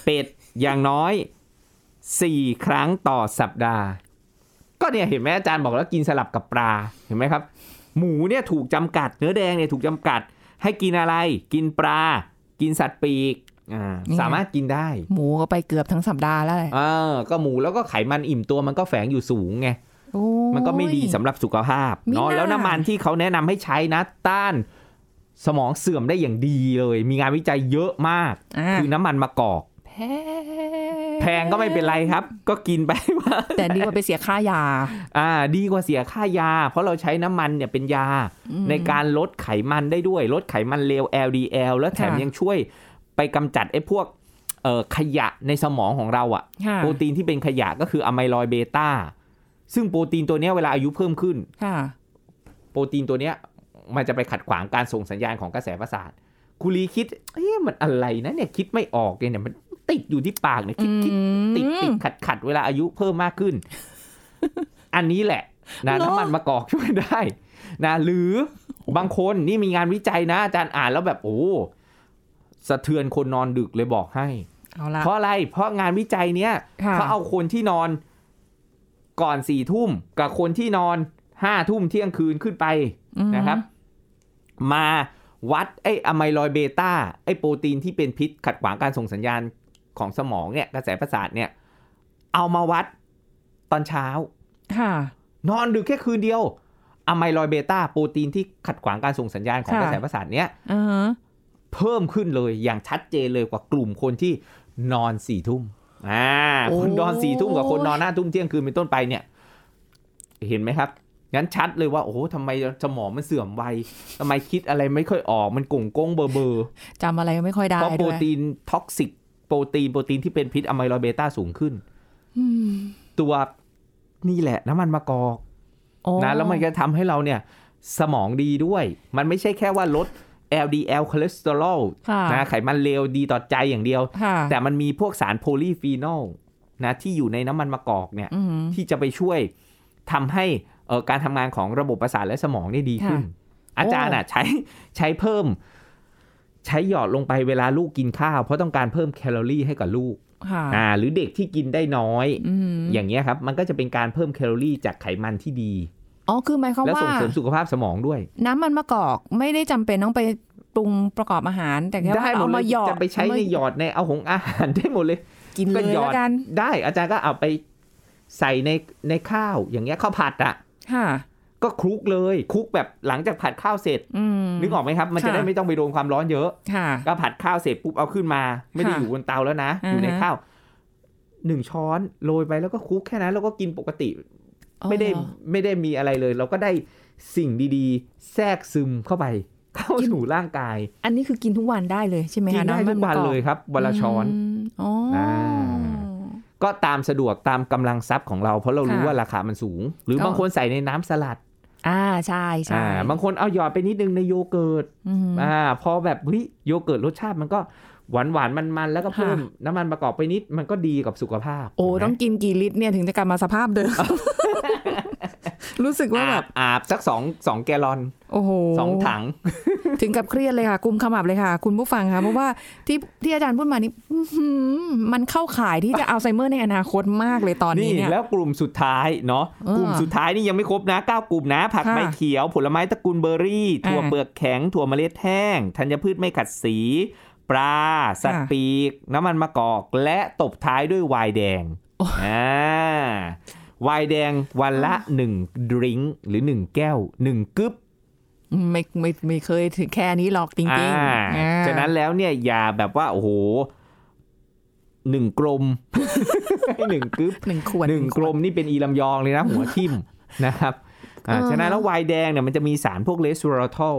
Speaker 2: เป็ด อย่างน้อย 4 ครั้งต่อสัปดาห์ ก็เนี่ยเห็นไหมอาจารย์บอกแล้วกินสลับกับปลาเห็นไหมครับ หมูเนี่ยถูกจำกัด เนื้อแดงเนี่ยถูกจำกัด ให้กินอะไร กินปลา กินสัตว์ปีกอ่าสามารถกินได้
Speaker 3: หมูก็ไปเกือบทั้งสัปดาห์แล้วแหละ
Speaker 2: เออ ก็หมูแล้วก็ไขมันอิ่มตัวมันก็แฝงอยู่สูงไง
Speaker 3: โอ้ย
Speaker 2: มันก็ไม่ดีสำหรับสุขภาพ
Speaker 3: มิ
Speaker 2: เนาะ
Speaker 3: น่า
Speaker 2: แล้วน้ำมันที่เขาแนะนำให้ใช้นะต้านสมองเสื่อมได้อย่างดีเลย มีงานวิจัยเยอะมาก
Speaker 3: อ่ะ
Speaker 2: คือน้ำมันมะกอก
Speaker 3: แพ
Speaker 2: แพงก็ไม่เป็นไรครับ ก็กินไปว่า
Speaker 3: แต่ดีกว่าไปเสียค่ายา
Speaker 2: อ่าดีกว่าเสียค่ายา เพราะเราใช้น้ำมันเนี่ยเป็นยา ในการลดไขมันได้ด้วย ลดไขมันเลว LDL แล้วแถม
Speaker 3: ค่ะ
Speaker 2: ยังช่วยไปกำจัดไอ้พวกเอ่อขยะในสมองของเราอะ
Speaker 3: ค่ะ
Speaker 2: โปรตีนที่เป็นขยะก็คืออะไมลอยด์เบต้าซึ่งโปรตีนตัวเนี้ยเวลาอายุเพิ่มขึ้น
Speaker 3: ค่ะ
Speaker 2: โปรตีนตัวเนี้ยมันจะไปขัดขวางการส่งสัญญาณของกระแสประสาทคุรีคิด เอ๊ะมันอะไรนะเนี่ยคิดไม่ออกเลยเนี่ยมันติดอยู่ที่ปากเนี่ยคิดคิด
Speaker 3: อืม
Speaker 2: ติดติดขัดขัดเวลาอายุเพิ่มมากขึ้น อันนี้แหละนะ
Speaker 3: เหรอ
Speaker 2: น้ำมันมะกอกช่วยได้นะหรือบางคนนี่มีงานวิจัยนะ อาจารย์อ่านแล้วแบบโอ้สะเทือนคนนอนดึกเลยบอกให้
Speaker 3: เอาละ
Speaker 2: เพราะอะไร เพราะงานวิจัยเนี้ย
Speaker 3: ค่ะ
Speaker 2: เขาเอาคนที่นอนก่อนสี่ทุ่มกับคนที่นอนห้าทุ่มเที่ยงคืนขึ้นไปนะครับ มาวัดไอ้อะไมลอยด์เบต้าไอ้โปรตีนที่เป็นพิษขัดขวางการส่งสัญญาณของสมองเนี่ยกระแสประสาทเนี่ย เอามาวัดตอนเช้า
Speaker 3: ค่ะ
Speaker 2: นอนดึกแค่คืนเดียวอะไมลอยเบต้าโปรตีนที่ขัดขวางการส่งสัญญาณของ
Speaker 3: ค่ะ
Speaker 2: กระแสประสาทเนี้ย
Speaker 3: อ่าฮะ
Speaker 2: เพิ่มขึ้นเลยอย่างชัดเจนเลยกว่ากลุ่มคนที่นอนสี่ทุ่มอ่าคนนอนสี่ทุ่มกับคนนอนห้าทุ่มเที่ยงคืนเป็นต้นไปเนี่ย เห็นไหมครับ งั้นชัดเลยว่า โอ้โหทำไมสมองมันเสื่อมไวทำไมคิดอะไรไม่ค่อยออกมันกงกงเบอร์เบอร์
Speaker 3: จำอะไรไม่ค่อยได้
Speaker 2: เพราะโปร
Speaker 3: ด้วย
Speaker 2: ตีนท็อกซิกโปรตีนโปรตีนที่เป็นพิษอะไมลอยเบต้าสูงขึ้น
Speaker 3: อืม
Speaker 2: ตัวนี่แหละน้ำมันมะกอก
Speaker 3: โอ้
Speaker 2: นะแล้วมันจะทำให้เราเนี่ยสมองดีด้วย มันไม่ใช่แค่ว่าลด LDL คอเลสเตอรอล
Speaker 3: ค่ะ
Speaker 2: นะไขมันเลวดีต่อใจอย่างเดียว
Speaker 3: ค่ะ
Speaker 2: แต่มันมีพวกสารโพลีฟีนอลนะที่อยู่ในน้ำมันมะกอกเนี่ย
Speaker 3: อืม
Speaker 2: ที่จะไปช่วยทำให้เอ่อการทำงานของระบบประสาทและสมองได้ดีขึ้น
Speaker 3: ค่ะ
Speaker 2: อาจารย์อ่ะใช้ใช้เพิ่ม ใช้หยอดลงไปเวลาลูกกินข้าว เพราะต้องการเพิ่มแคลอรี่ให้กับลูก
Speaker 3: ค่ะ
Speaker 2: อ่าหรือเด็กที่กินได้น้อย
Speaker 3: อืม
Speaker 2: อย่างเงี้ยครับ มันก็จะเป็นการเพิ่มแคลอรี่จากไขมันที่ดี
Speaker 3: อ๋อคือหมายความ
Speaker 2: และ
Speaker 3: ว่า
Speaker 2: ส่งเสริมสุขภาพสมองด้วย
Speaker 3: น้ำมันมะกอกไม่ได้จำเป็นต้องไปปรุงประกอบอาหาร แต่แค่
Speaker 2: ได้
Speaker 3: ว่า
Speaker 2: หมดเล
Speaker 3: เอามาย หยอด
Speaker 2: จะไปใช้ใน
Speaker 3: เอามา
Speaker 2: หยอดในเอาของอาหารได้หมดเลย
Speaker 3: กินเล
Speaker 2: ก็
Speaker 3: ย
Speaker 2: หยอด
Speaker 3: แล้วกัน
Speaker 2: ได้อาจารย์ก็เอาไปใส่ในในข้าวอย่างเงี้ยข้าวผัดอ่ะ
Speaker 3: ค่ะ
Speaker 2: ก็คลุกเลยคลุกแบบหลังจากผัดข้าวเสร็จ
Speaker 3: อืม
Speaker 2: นึกออกไหมครับ มัน
Speaker 3: ค่ะ
Speaker 2: จะได้ไม่ต้องไปโดนความร้อนเยอะ
Speaker 3: ค่ะ
Speaker 2: ก็ผัดข้าวเสร็จปุ๊บเอาขึ้นมา ไม่ได้
Speaker 3: ค่ะ
Speaker 2: อยู่บนเตาแล้วนะ อยู่ใน
Speaker 3: อ่าฮะ
Speaker 2: ข้าวหนึ่งช้อนโรยไปแล้วก็คลุกแค่นั้นแล้วก็กินปกติ ไม่ได้
Speaker 3: อ๋อ
Speaker 2: ไม่ได้มีอะไรเลย เราก็ได้สิ่งดีๆ แทรกซึมเข้าไป เข้า
Speaker 3: กิน
Speaker 2: สู่ร่างกาย
Speaker 3: อันนี้คือกินทุกวันได้เลยใช่ไหม
Speaker 2: กินได้
Speaker 3: คะำมั
Speaker 2: ทุกวัน
Speaker 3: มะกอก
Speaker 2: เลยครับวันละช้อน
Speaker 3: มอ๋ออา
Speaker 2: ก็ตามสะดวกตามกำลังทรัพย์ของเรา เพราะเรารู้ว่าราคามันสูง หรือบางคนใส่ในน้ำสลัด
Speaker 3: อ่าใช่ใช่
Speaker 2: อ่าบางคนเอาหยอดไปนิดนึงในโยเกิร์ต
Speaker 3: อืม
Speaker 2: อ่าพอแบบเฮ้ยโยเกิร์ตรสชาติมันก็หวานหวานๆมันๆแล้วก็เพิ่ม
Speaker 3: ค่ะ
Speaker 2: น้ำมันประกอบไปนิดมันก็ดีกับสุขภาพ
Speaker 3: โอ้
Speaker 2: เห็นไหม
Speaker 3: ต้องกินกี่ลิตรเนี่ยถึงจะกลับมาสภาพเดิม รู้สึกว่า
Speaker 2: อา
Speaker 3: แบบ บ
Speaker 2: อาบสักสองสองแกลลอน
Speaker 3: โอ้โห
Speaker 2: สองถัง
Speaker 3: ถึงกับเครียดเลยค่ะกุมขมับเลยค่ะ คุณผู้ฟังค่ะเพราะว่าที่ที่อาจารย์พูดมานี่อื้อหือมันเข้าข่ายที่จะอัลไซเมอร์ในอนาคตมากเลยตอนนี้เนี่ย
Speaker 2: แล้วกลุ่มสุดท้ายเนาะ
Speaker 3: เออก
Speaker 2: ลุ่มสุดท้ายนี่ยังไม่ครบนะ 9 กลุ่มนะ ผัก
Speaker 3: ค่ะ
Speaker 2: ใบเขียว ผลไม้ตระกูลเบอร์รี่
Speaker 3: อ่า
Speaker 2: ถั่วเปลือกแข็ง ถั่วเมล็ดแห้ง ธัญพืชไม่ขัดสี ปลา สัตว์
Speaker 3: ค่ะ
Speaker 2: ปีก น้ำมันมะกอก และตบท้ายด้วยไวน์แดงอ่าวายแดงวันละ1ดริงหรือ 1 แก้ว 1กึ๊บ
Speaker 3: ไม่ไม่ไม่เคยถึงแค่นี้หรอกจริงๆ
Speaker 2: อ่า
Speaker 3: อ่า
Speaker 2: ฉะนั้นแล้วเนี่ยอย่าแบบว่า โอ้โหหนึ่งกลม ให้หนึ่งกึ๊บ
Speaker 3: หนึ่งขวด
Speaker 2: หนึ่งกลมนี่เป็นอีลำยองเลยนะ หัวทิ่ม นะครับอ่า
Speaker 3: เออ
Speaker 2: ฉะนั้นแล้วไวน์แดงเนี่ยมันจะมีสารพวกเลสโซรทอล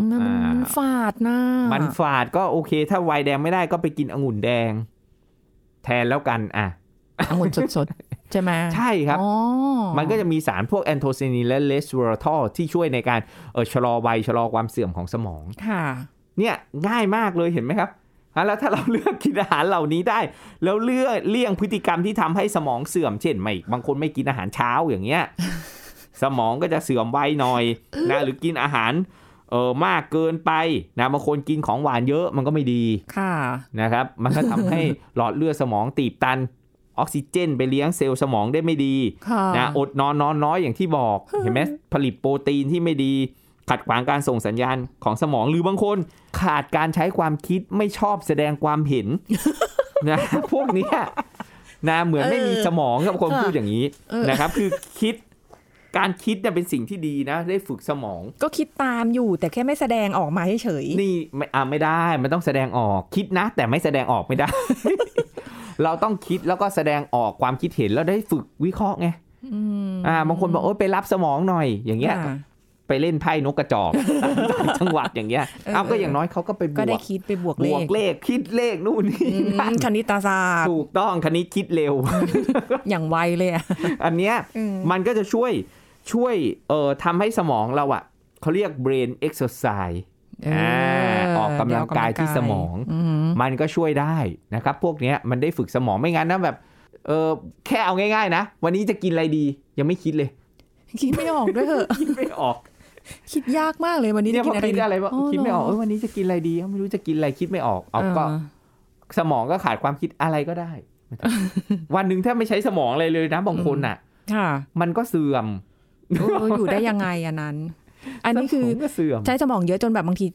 Speaker 3: อืม
Speaker 2: อ่ามั
Speaker 3: ันฝาดนะ
Speaker 2: มันฝาดก็โอเค ถ้าไวน์แดงไม่ได้ก็ไปกินองุ่นแดง แทนแล้วกันอ่ะ
Speaker 3: องุ่นสดๆ ใช่ไหม
Speaker 2: ใช่ครับ
Speaker 3: อ๋อ
Speaker 2: มันก็จะมีสารพวกแอนโทไซนินและเลสโซรทอลที่ช่วยในการเออชะลอวัยชะลอความเสื่อมของสมอง
Speaker 3: ค่ะ
Speaker 2: เนี่ยง่ายมากเลยเห็นไหมครับอ่ะแล้วถ้าเราเลือกกินอาหารเหล่านี้ได้ แล้วเลือกเลี่ยงพฤติกรรมที่ทำให้สมองเสื่อม เช่นไม่บางคนไม่กินอาหารเช้าอย่างเงี้ย สมองก็จะเสื่อมไวหน่อยนะหรือกินอาหารเออมากเกินไปนะบางคนกินของหวานเยอะมันก็ไม่ดี
Speaker 3: ค่ะ
Speaker 2: นะครับ มันก็ทำให้ หลอดเลือดสมองตีบตัน ออกซิเจนไปเลี้ยงเซลล์สมองได้ไม่ดี
Speaker 3: ค่ะ
Speaker 2: นะอดนอนนอนน้อยอย่างที่บอก เห็นไหมผลิตโปรตีนที่ไม่ดี ขัดขวางการส่งสัญญาณของสมองหรือบางคน ขาดการใช้ความคิดไม่ชอบแสดงความ เห็น นะพวกเนี้ยนะเหมือนไม่มีสมองครับคนพูดอย่างนี้นะครับ คือคิดการคิดเนี่ยเป็นสิ่งที่ดีนะ ได้ฝึกสมอง
Speaker 3: ก็คิดตามอยู่แต่แค่ไม่แสดงออกมาเฉยๆ
Speaker 2: นี่ไม่อ่ะไม่ได้มันต้องแสดงออกคิดนะ แต่ไม่แสดงออกไม่ได้ เราต้องคิดแล้วก็แสดงออกความคิดเห็นแล้วได้ฝึกวิเคราะห์ไงอ่าบางคนบอกโอ๊ยไปรับสมองหน่อยอย่างเงี้ย
Speaker 3: ค่ะ
Speaker 2: ไปเล่นไพ่นกกระจอก ตามจังหวัดอย่างเงี้ย
Speaker 3: เออ
Speaker 2: เอาก็อย่างน้อยเขาก็ไปบ
Speaker 3: ก็
Speaker 2: ว
Speaker 3: ได้
Speaker 2: ก
Speaker 3: คิดไปบวก
Speaker 2: บ
Speaker 3: เล
Speaker 2: วก
Speaker 3: ข
Speaker 2: เลขคิดเลขนู่นนี่
Speaker 3: อืม
Speaker 2: นั่น
Speaker 3: คณิตศาสตร์
Speaker 2: ถูกต้องคณิตคิดเร็ว
Speaker 3: อย่างไวเลยอะ
Speaker 2: อันเนี้ย
Speaker 3: อืม
Speaker 2: มันก็จะช่วยช่วยเอ่อทำให้สมองเราอะเขาเรียก brain exercise
Speaker 3: เออ
Speaker 2: อ่าออกกำลังกายที่สมอง
Speaker 3: ม
Speaker 2: มันก็ช่วยได้นะครับ พวกเนี้ยมันได้ฝึกสมองไม่งั้นนะแบบเออแค่เอาง่ายๆนะ วันนี้จะกินอะไรดียังไม่คิดเลย
Speaker 3: คิดไม่ออกด้วย เหอะ
Speaker 2: คิดไม่ออก
Speaker 3: คิดยากมากเลยวันนี้
Speaker 2: เนี่ย
Speaker 3: จะ
Speaker 2: พ
Speaker 3: กิ
Speaker 2: อนคิ
Speaker 3: อะไร
Speaker 2: ดอะไรวะคิดไม่ออก
Speaker 3: เหร
Speaker 2: เอ้ยวันนี้จะกินอะไรดีไม่รู้จะกินอะไรคิดไม่ออกเอา
Speaker 3: เออ
Speaker 2: ก็สมองก็ขาดความคิดอะไรก็ได้ วันหนึ่งถ้าไม่ใช้สมองอะไรเลยนะบางคนน่ะ
Speaker 3: ค่ะ
Speaker 2: มันก็เสื่อม
Speaker 3: เอออยู่ได้ยังไงอันนั้น อันนี้คือ
Speaker 2: สมงก็เสื่อม
Speaker 3: ใช้สมองเยอะจนแบบบางที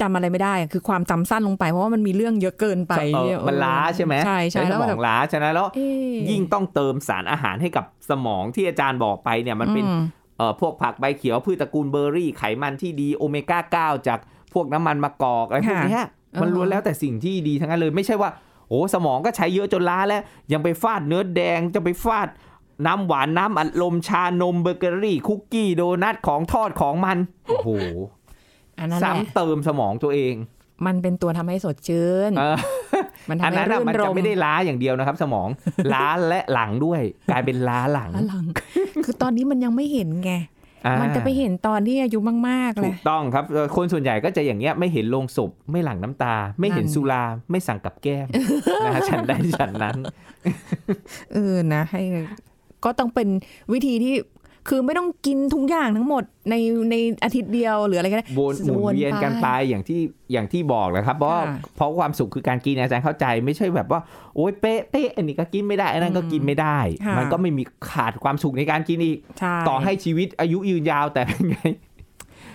Speaker 3: จำอะไรไม่ได้อะคือความจำสั้นลงไปเพราะว่ามันมีเรื่องเยอะเกินไป
Speaker 2: เออ
Speaker 3: เยอะ
Speaker 2: มันล้าใช่ไหม
Speaker 3: ใช่ใช่
Speaker 2: เส้น
Speaker 3: แล้
Speaker 2: ส
Speaker 3: ว
Speaker 2: ม
Speaker 3: ก็
Speaker 2: อ
Speaker 3: แบ
Speaker 2: ง
Speaker 3: บ
Speaker 2: ล้าฉะนั้นแล้ว
Speaker 3: เอ๊ะ
Speaker 2: ยิ่งต้องเติมสารอาหารให้กับสมองที่อาจารย์บอกไปเนี่ยมันเป็น
Speaker 3: อืม
Speaker 2: เอ่อพวกผักใบเขียวพืชตระกูลเบอร์รี่ ไขมันที่ดีโอเมก้า 9 จากพวกน้ำมันมะกอกอะไรพวก
Speaker 3: ค่ะ
Speaker 2: เนี้ยมัน
Speaker 3: อือฮะ
Speaker 2: ล้วนแล้วแต่สิ่งที่ดีทั้งนั้นเลยไม่ใช่ว่าโอ้สมองก็ใช้เยอะจนล้าแล้ว ยังไปฟาดเนื้อแดงจะไปฟาดน้ำหวานน้ำอัดลมชานมเบเกอรี่ คุกกี้โดนัทของทอดของมันโอ้โห
Speaker 3: อันนั้นแหละ
Speaker 2: ซ้ำเติมสมองตัวเอง
Speaker 3: มันเป็นตัวทำให้สดชื่น
Speaker 2: เออ
Speaker 3: มัน
Speaker 2: อัน
Speaker 3: ทำให้
Speaker 2: นั้น
Speaker 3: รื่
Speaker 2: น่ะ
Speaker 3: น
Speaker 2: มัน
Speaker 3: ร
Speaker 2: จะ
Speaker 3: ม
Speaker 2: ไม่ได้ล้าอย่างเดียวนะครับ สมอง ล้าและหลังด้วย กลายเป็นล้าหลัง
Speaker 3: ล้าหลัง คือตอนนี้มันยังไม่เห็นไง
Speaker 2: อ่า
Speaker 3: มันจะไปเห็นตอนที่อายุมากๆเล
Speaker 2: ถู
Speaker 3: ย
Speaker 2: กต้องครับเอ่อคนส่วนใหญ่ก็จะอย่างเงี้ยไม่เห็นโลงศพไม่หลั่งน้ำตา ไม่เห็น
Speaker 3: นั่น
Speaker 2: สุราไม่สั่งกับแก้ ม นะฮะฉันได้ฉันนั้น
Speaker 3: เออนะให้ก็ต้องเป็นวิธีที่คือไม่ต้องกินทุกอย่างทั้งหมดในในอาทิตย์เดียวหรืออะไรก็ได้
Speaker 2: วนหมุนเวียนกันไปอย่างที่อย่างที่บอกแหละครับเพราะว่า
Speaker 3: ค่ะ
Speaker 2: เพราะความสุขคือการกินอาจารย์เข้าใจ ไม่ใช่แบบว่าโอ๊ยเป๊ะเป๊ะอันนี้ก็กินไม่ได้อันนั้นก็กินไม่ได้ มันก็ไม่มีขาดความสุขในการกินอีก
Speaker 3: ใช่
Speaker 2: ต่อให้ชีวิตอายุยืนยาวแต่เป็นไง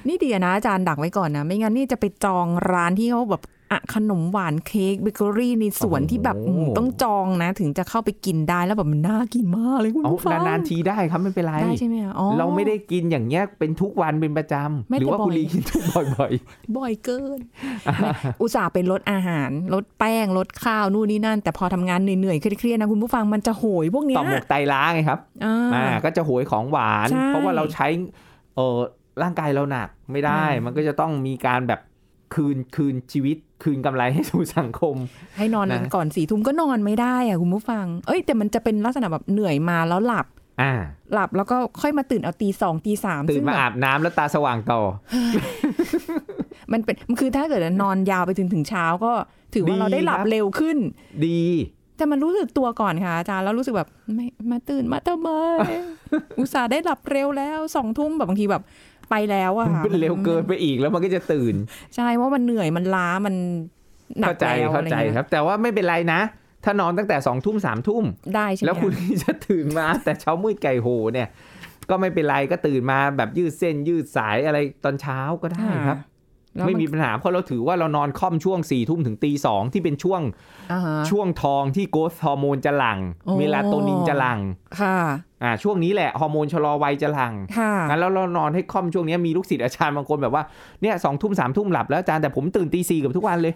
Speaker 3: นี่ดีอะนะอาจารย์ดักไว้ก่อนนะ ไม่งั้นนี่จะไปจองร้านที่เขาแบบอะขนมหวานเค้กเบเกอรี่ในสวน
Speaker 2: โอ้โห
Speaker 3: ที่แบบอืมต้องจองนะ ถึงจะเข้าไปกินได้แล้วแบบมันน่ากินมากเลยคุณ
Speaker 2: เอา
Speaker 3: ผู้ฟัง
Speaker 2: นานๆทีได้ครับไม่เป็นไร
Speaker 3: ได้ใช่ไหมอะอ๋อ
Speaker 2: เราไม่ได้กินอย่างเงี้ยเป็นทุกวันเป็นประจ
Speaker 3: ไม่
Speaker 2: ำ
Speaker 3: แต่
Speaker 2: หรือว่า
Speaker 3: บ่อย
Speaker 2: คุณลีกินทุกบ่อย
Speaker 3: บ่อยเกินไม่อุตส่าห์เป็นลดอาหาร ลดแป้ง ลดข้าว นู่นนี่นั่น แต่พอทำงานเหนื่อยๆเครียดๆนะคุณผู้ฟังมันจะโหยพวก
Speaker 2: ๆ
Speaker 3: เนี้
Speaker 2: ต่
Speaker 3: ย
Speaker 2: อมหมวกไตล้าไงครับ
Speaker 3: อ่า
Speaker 2: อ่าก็จะโหยของหวาน
Speaker 3: ใช่
Speaker 2: เพราะว่าเราใช้เออร่างกายเราหนักไม่ได้
Speaker 3: อืม
Speaker 2: มันก็จะต้องมีการแบบคืนคืนชีวิต คืนกำไรให้สู่สังคม
Speaker 3: ให้นอนกัน
Speaker 2: นะ
Speaker 3: ก่อนสี่ทุ่มก็นอนไม่ได้อะคุณผู้ฟัง เอ้ยแต่มันจะเป็นลักษณะแบบเหนื่อยมาแล้วหลับ
Speaker 2: อ่า
Speaker 3: หลับแล้วก็ค่อยมาตื่นเอาตีสองตีสาม
Speaker 2: ตื่น
Speaker 3: ซึ่ง
Speaker 2: มา
Speaker 3: แบบ
Speaker 2: อาบน้ำแล้วตาสว่างต่อ
Speaker 3: มันเป็นมันคือถ้าเกิดนอนยาวไปถึงถึงเช้าก็ถือว่า
Speaker 2: ดี
Speaker 3: เราได้หลับ
Speaker 2: ครับ
Speaker 3: เร็วขึ้น
Speaker 2: ดี
Speaker 3: แต่มันรู้สึกตัวก่อนค่ะอาจารย์แล้วรู้สึกแบบไม่มาตื่นมาทำไม อุตส่าห์ได้หลับเร็วแล้วสองทุ่มแบบบางทีแบบไปแล้วอะค่ะ
Speaker 2: เร็วเกินไปอีกแล้วมันก็จะตื่น
Speaker 3: ใช่ว่ามันเหนื่อยมันล้ามันหนั
Speaker 2: เข้าก ใจ
Speaker 3: แล้ว
Speaker 2: เข้า
Speaker 3: อะไร
Speaker 2: ใจ
Speaker 3: เงี้ย
Speaker 2: ครับ แต่ว่าไม่เป็นไรนะ ถ้านอนตั้งแต่สองทุ่มสามทุ่ม
Speaker 3: ได้ใช่ไหม
Speaker 2: แล้วคุณที่จะตื่นมา แต่เช้ามืดไก่โหเนี่ย ก็ไม่เป็นไรก็ตื่นมาแบบยืดเส้นยืดสายอะไรตอนเช้าก็ได้ครับ
Speaker 3: แล้วน
Speaker 2: ไม่มีปัญหาเพราะเราถือว่าเรานอนค่อมช่วง4ี่ทุ่มถึงตีสองที่เป็นช่วง
Speaker 3: อ่าฮะ
Speaker 2: ช่วงทองที่โกรทฮอร์โมนจะหลัง่ง
Speaker 3: โอ้
Speaker 2: เมลาโทนินจะหลัง่ง
Speaker 3: ค่ะ
Speaker 2: อ่าช่วงนี้แหละฮอร์โมนชะลอวัยจะหลั
Speaker 3: ค่ะ
Speaker 2: ง่งงั้นแล้วเรานอนให้ค่อมช่วงนี้มีลูกศิษย์อาจารย์บางคนแบบว่าเนี่ยสองทุ่มสามทุ่มหลับแล้วอาจารย์แต่ผมตื่นตีสี่เกับทุก วันเลย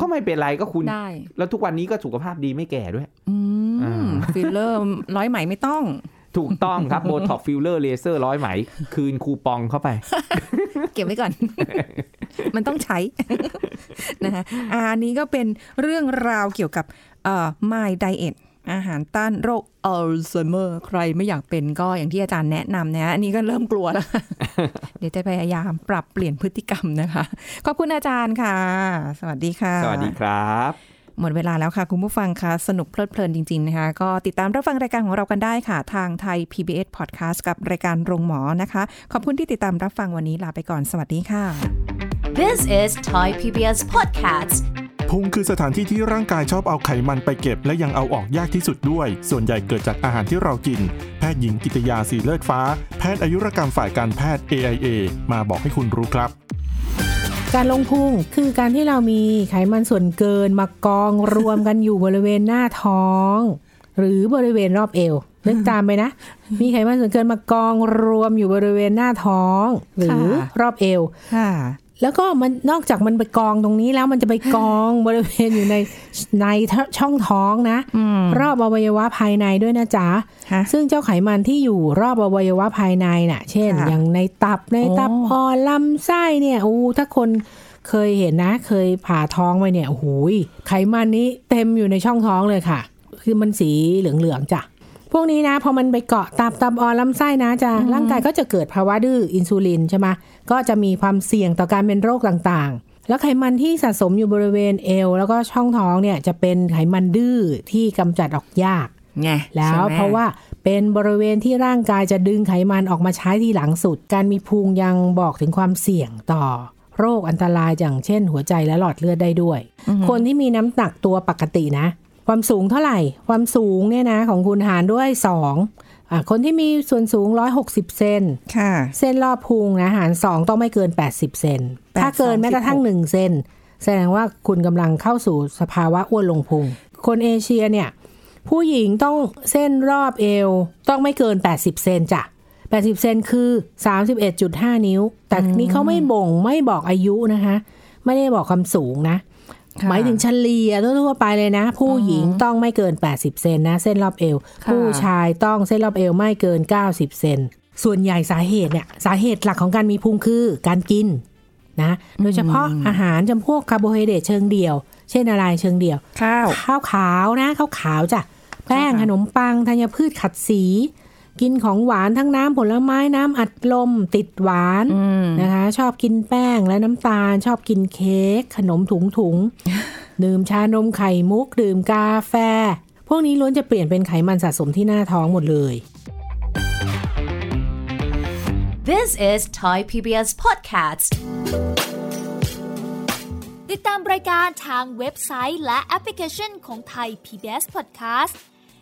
Speaker 2: ก็ไม่เป็นไรก็คุณ
Speaker 3: ได้
Speaker 2: แล้วทุกวันนี้ก็สุขภาพดีไม่แก่ด้วย
Speaker 3: อื
Speaker 2: อ่า
Speaker 3: มฟิลเลอร์ร้อยไหมไม่ต้อง
Speaker 2: ถูกต้องครับ โบท็อกฟิลเลอร์เลเซอร์ร้อยไหม คืนคูปองเข้าไป
Speaker 3: เก็บไว้ก่อน มันต้องใช้ นะคะอ่าอันนี้ก็เป็นเรื่องราวเกี่ยวกับเอ่อ My Diet อาหารต้านโรคอัลไซเมอร์ ใครไม่อยากเป็นก็อย่างที่อาจารย์แนะนำนะอันนี้ก็เริ่มกลัว แล้ว เดี๋ยวจะพยายามปรับเปลี่ยนพฤติกรรมนะคะ ขอบคุณอาจารย์ค่ะ สวัสดีค่ะ
Speaker 2: สวัสดีครับ
Speaker 3: หมดเวลาแล้วค่ะ คุณผู้ฟังค่ะ สนุกเพลิดเพลินจริง ๆ นะคะ ก็ติดตามรับฟังรายการของเรากันได้ค่ะ ทางไทย PBS Podcast กับรายการโรงหมอนะคะ ขอบคุณที่ติดตามรับฟังวันนี้ลาไปก่อนสวัสดีค่ะ
Speaker 1: This is Thai PBS Podcast.
Speaker 4: พุงคือสถานที่ที่ร่างกายชอบเอาไขมันไปเก็บ และยังเอาออกยากที่สุดด้วย ส่วนใหญ่เกิดจากอาหารที่เรากิน แพทย์หญิงกิตยาสีเลือดฟ้า แพทย์อายุรกรรมฝ่ายการแพทย์ AIA มาบอกให้คุณรู้ครับ
Speaker 5: การลงพุงคือการที่เรามีไขมันส่วนเกินมากองรวมกันอยู่บริเวณหน้าท้อง หรือบริเวณรอบเอวนึกตามไปนะ มีไขมันส่วนเกินมากองรวมอยู่บริเวณหน้าท้อง หรือ
Speaker 3: ค่ะ
Speaker 5: รอบเอว
Speaker 3: ค่ะ
Speaker 5: แล้วก็มันนอกจากมันไปกองตรงนี้แล้วมันจะไปกอง บริเวณอยู่ในในช่องท้องนะ
Speaker 3: อืม
Speaker 5: รอบอวัยวะภายในด้วยนะจ๊ะ
Speaker 3: ฮะ
Speaker 5: ซึ่งเจ้าไขมันที่อยู่รอบอวัยวะภายในน่ะ เช่น
Speaker 3: ค่ะ
Speaker 5: อย่างในตับในตับ
Speaker 3: โอ้
Speaker 5: อ่อนลำไส้เนี่ยโอ้ถ้าคนเคยเห็นนะ เคยผ่าท้องไปเนี่ยโอ้โหยไขมันนี้เต็มอยู่ในช่องท้องเลยค่ะ คือมันสีเหลืองๆจ้ะ พวกนี้นะพอมันไปเกาะตับตับอ่อนลำไส้นะจะร่างกายก็จะเกิดภาวะดื้ออินซูลินใช่ไหมก็จะมีความเสี่ยงต่อการเป็นโรคต่างๆ แล้วไขมันที่สะสมอยู่บริเวณเอว แล้วก็ช่องท้องเนี่ยจะเป็นไขมันดื้อที่กำจัดออกยาก
Speaker 3: ไง
Speaker 5: แล้ว
Speaker 3: ใช่ไหม
Speaker 5: เพราะว่าเป็นบริเวณที่ร่างกายจะดึงไขมันออกมาใช้ที่หลังสุด การมีพุงยังบอกถึงความเสี่ยงต่อ โรคอันตรายอย่างเช่น หัวใจและหลอดเลือดได้ด้วย คนที่มีน้ำหนักตัวปกตินะ ความสูงเท่าไหร่ ความสูงเนี่ยนะของคุณหารด้วย 2 อ่ะคนที่มีส่วนสูง 160 เซน
Speaker 3: ค่ะ
Speaker 5: เส้นรอบพุงนะหารสองต้องไม่เกิน 80 เซน
Speaker 3: 8
Speaker 5: ถ้าเกินแม้กระทั่ง
Speaker 3: 16
Speaker 5: หนึ่งเซน แสดงว่าคุณกำลังเข้าสู่สภาวะอ้วนลงพุง คนเอเชียเนี่ย ผู้หญิงต้องเส้นรอบเอวต้องไม่เกิน 80 เซนจ้ะ 80 เซนคือ 31.5 นิ้ว แต่นี้เขาไม่บ่งไม่บอกอายุนะคะ ไม่ได้บอกความสูงนะ
Speaker 3: ค่ะ
Speaker 5: หมายถึงเฉลี่ยทั่วๆไปเลยนะ ผู้หญิงต้องไม่เกิน 80 เซนนะ เส้นรอบเอว
Speaker 3: ค่ะ
Speaker 5: ผู้ชายต้องเส้นรอบเอวไม่เกิน 90 เซนส่วนใหญ่สาเหตุเนี่ยสาเหตุหลักของการมีพุงคือการกินนะโดยเฉพาะอาหารจำพวกคาร์โบไฮเดรตเชิงเดี่ยว เช่นอะไรเชิงเดี่ยว
Speaker 3: ข้าว
Speaker 5: ข้าวขาวนะข้าวขาวจ้ะแป้งขนมปังธัญพืชขัดสี กินของหวานทั้งน้ำผลไม้น้ำอัดลม ติดหวานนะคะ ชอบกินแป้งและน้ำตาล ชอบกินเค้กขนมถุงถุ งๆ ดื่มชานมไข่มุก ดื่มกาแฟ พวกนี้ล้วนจะเปลี่ยนเป็นไขมันสะสมที่หน้าท้องหมดเลย
Speaker 1: This is Thai PBS Podcast
Speaker 6: ติดตามรายการทางเว็บไซต์และแอปพลิเคชันของไทย PBS Podcast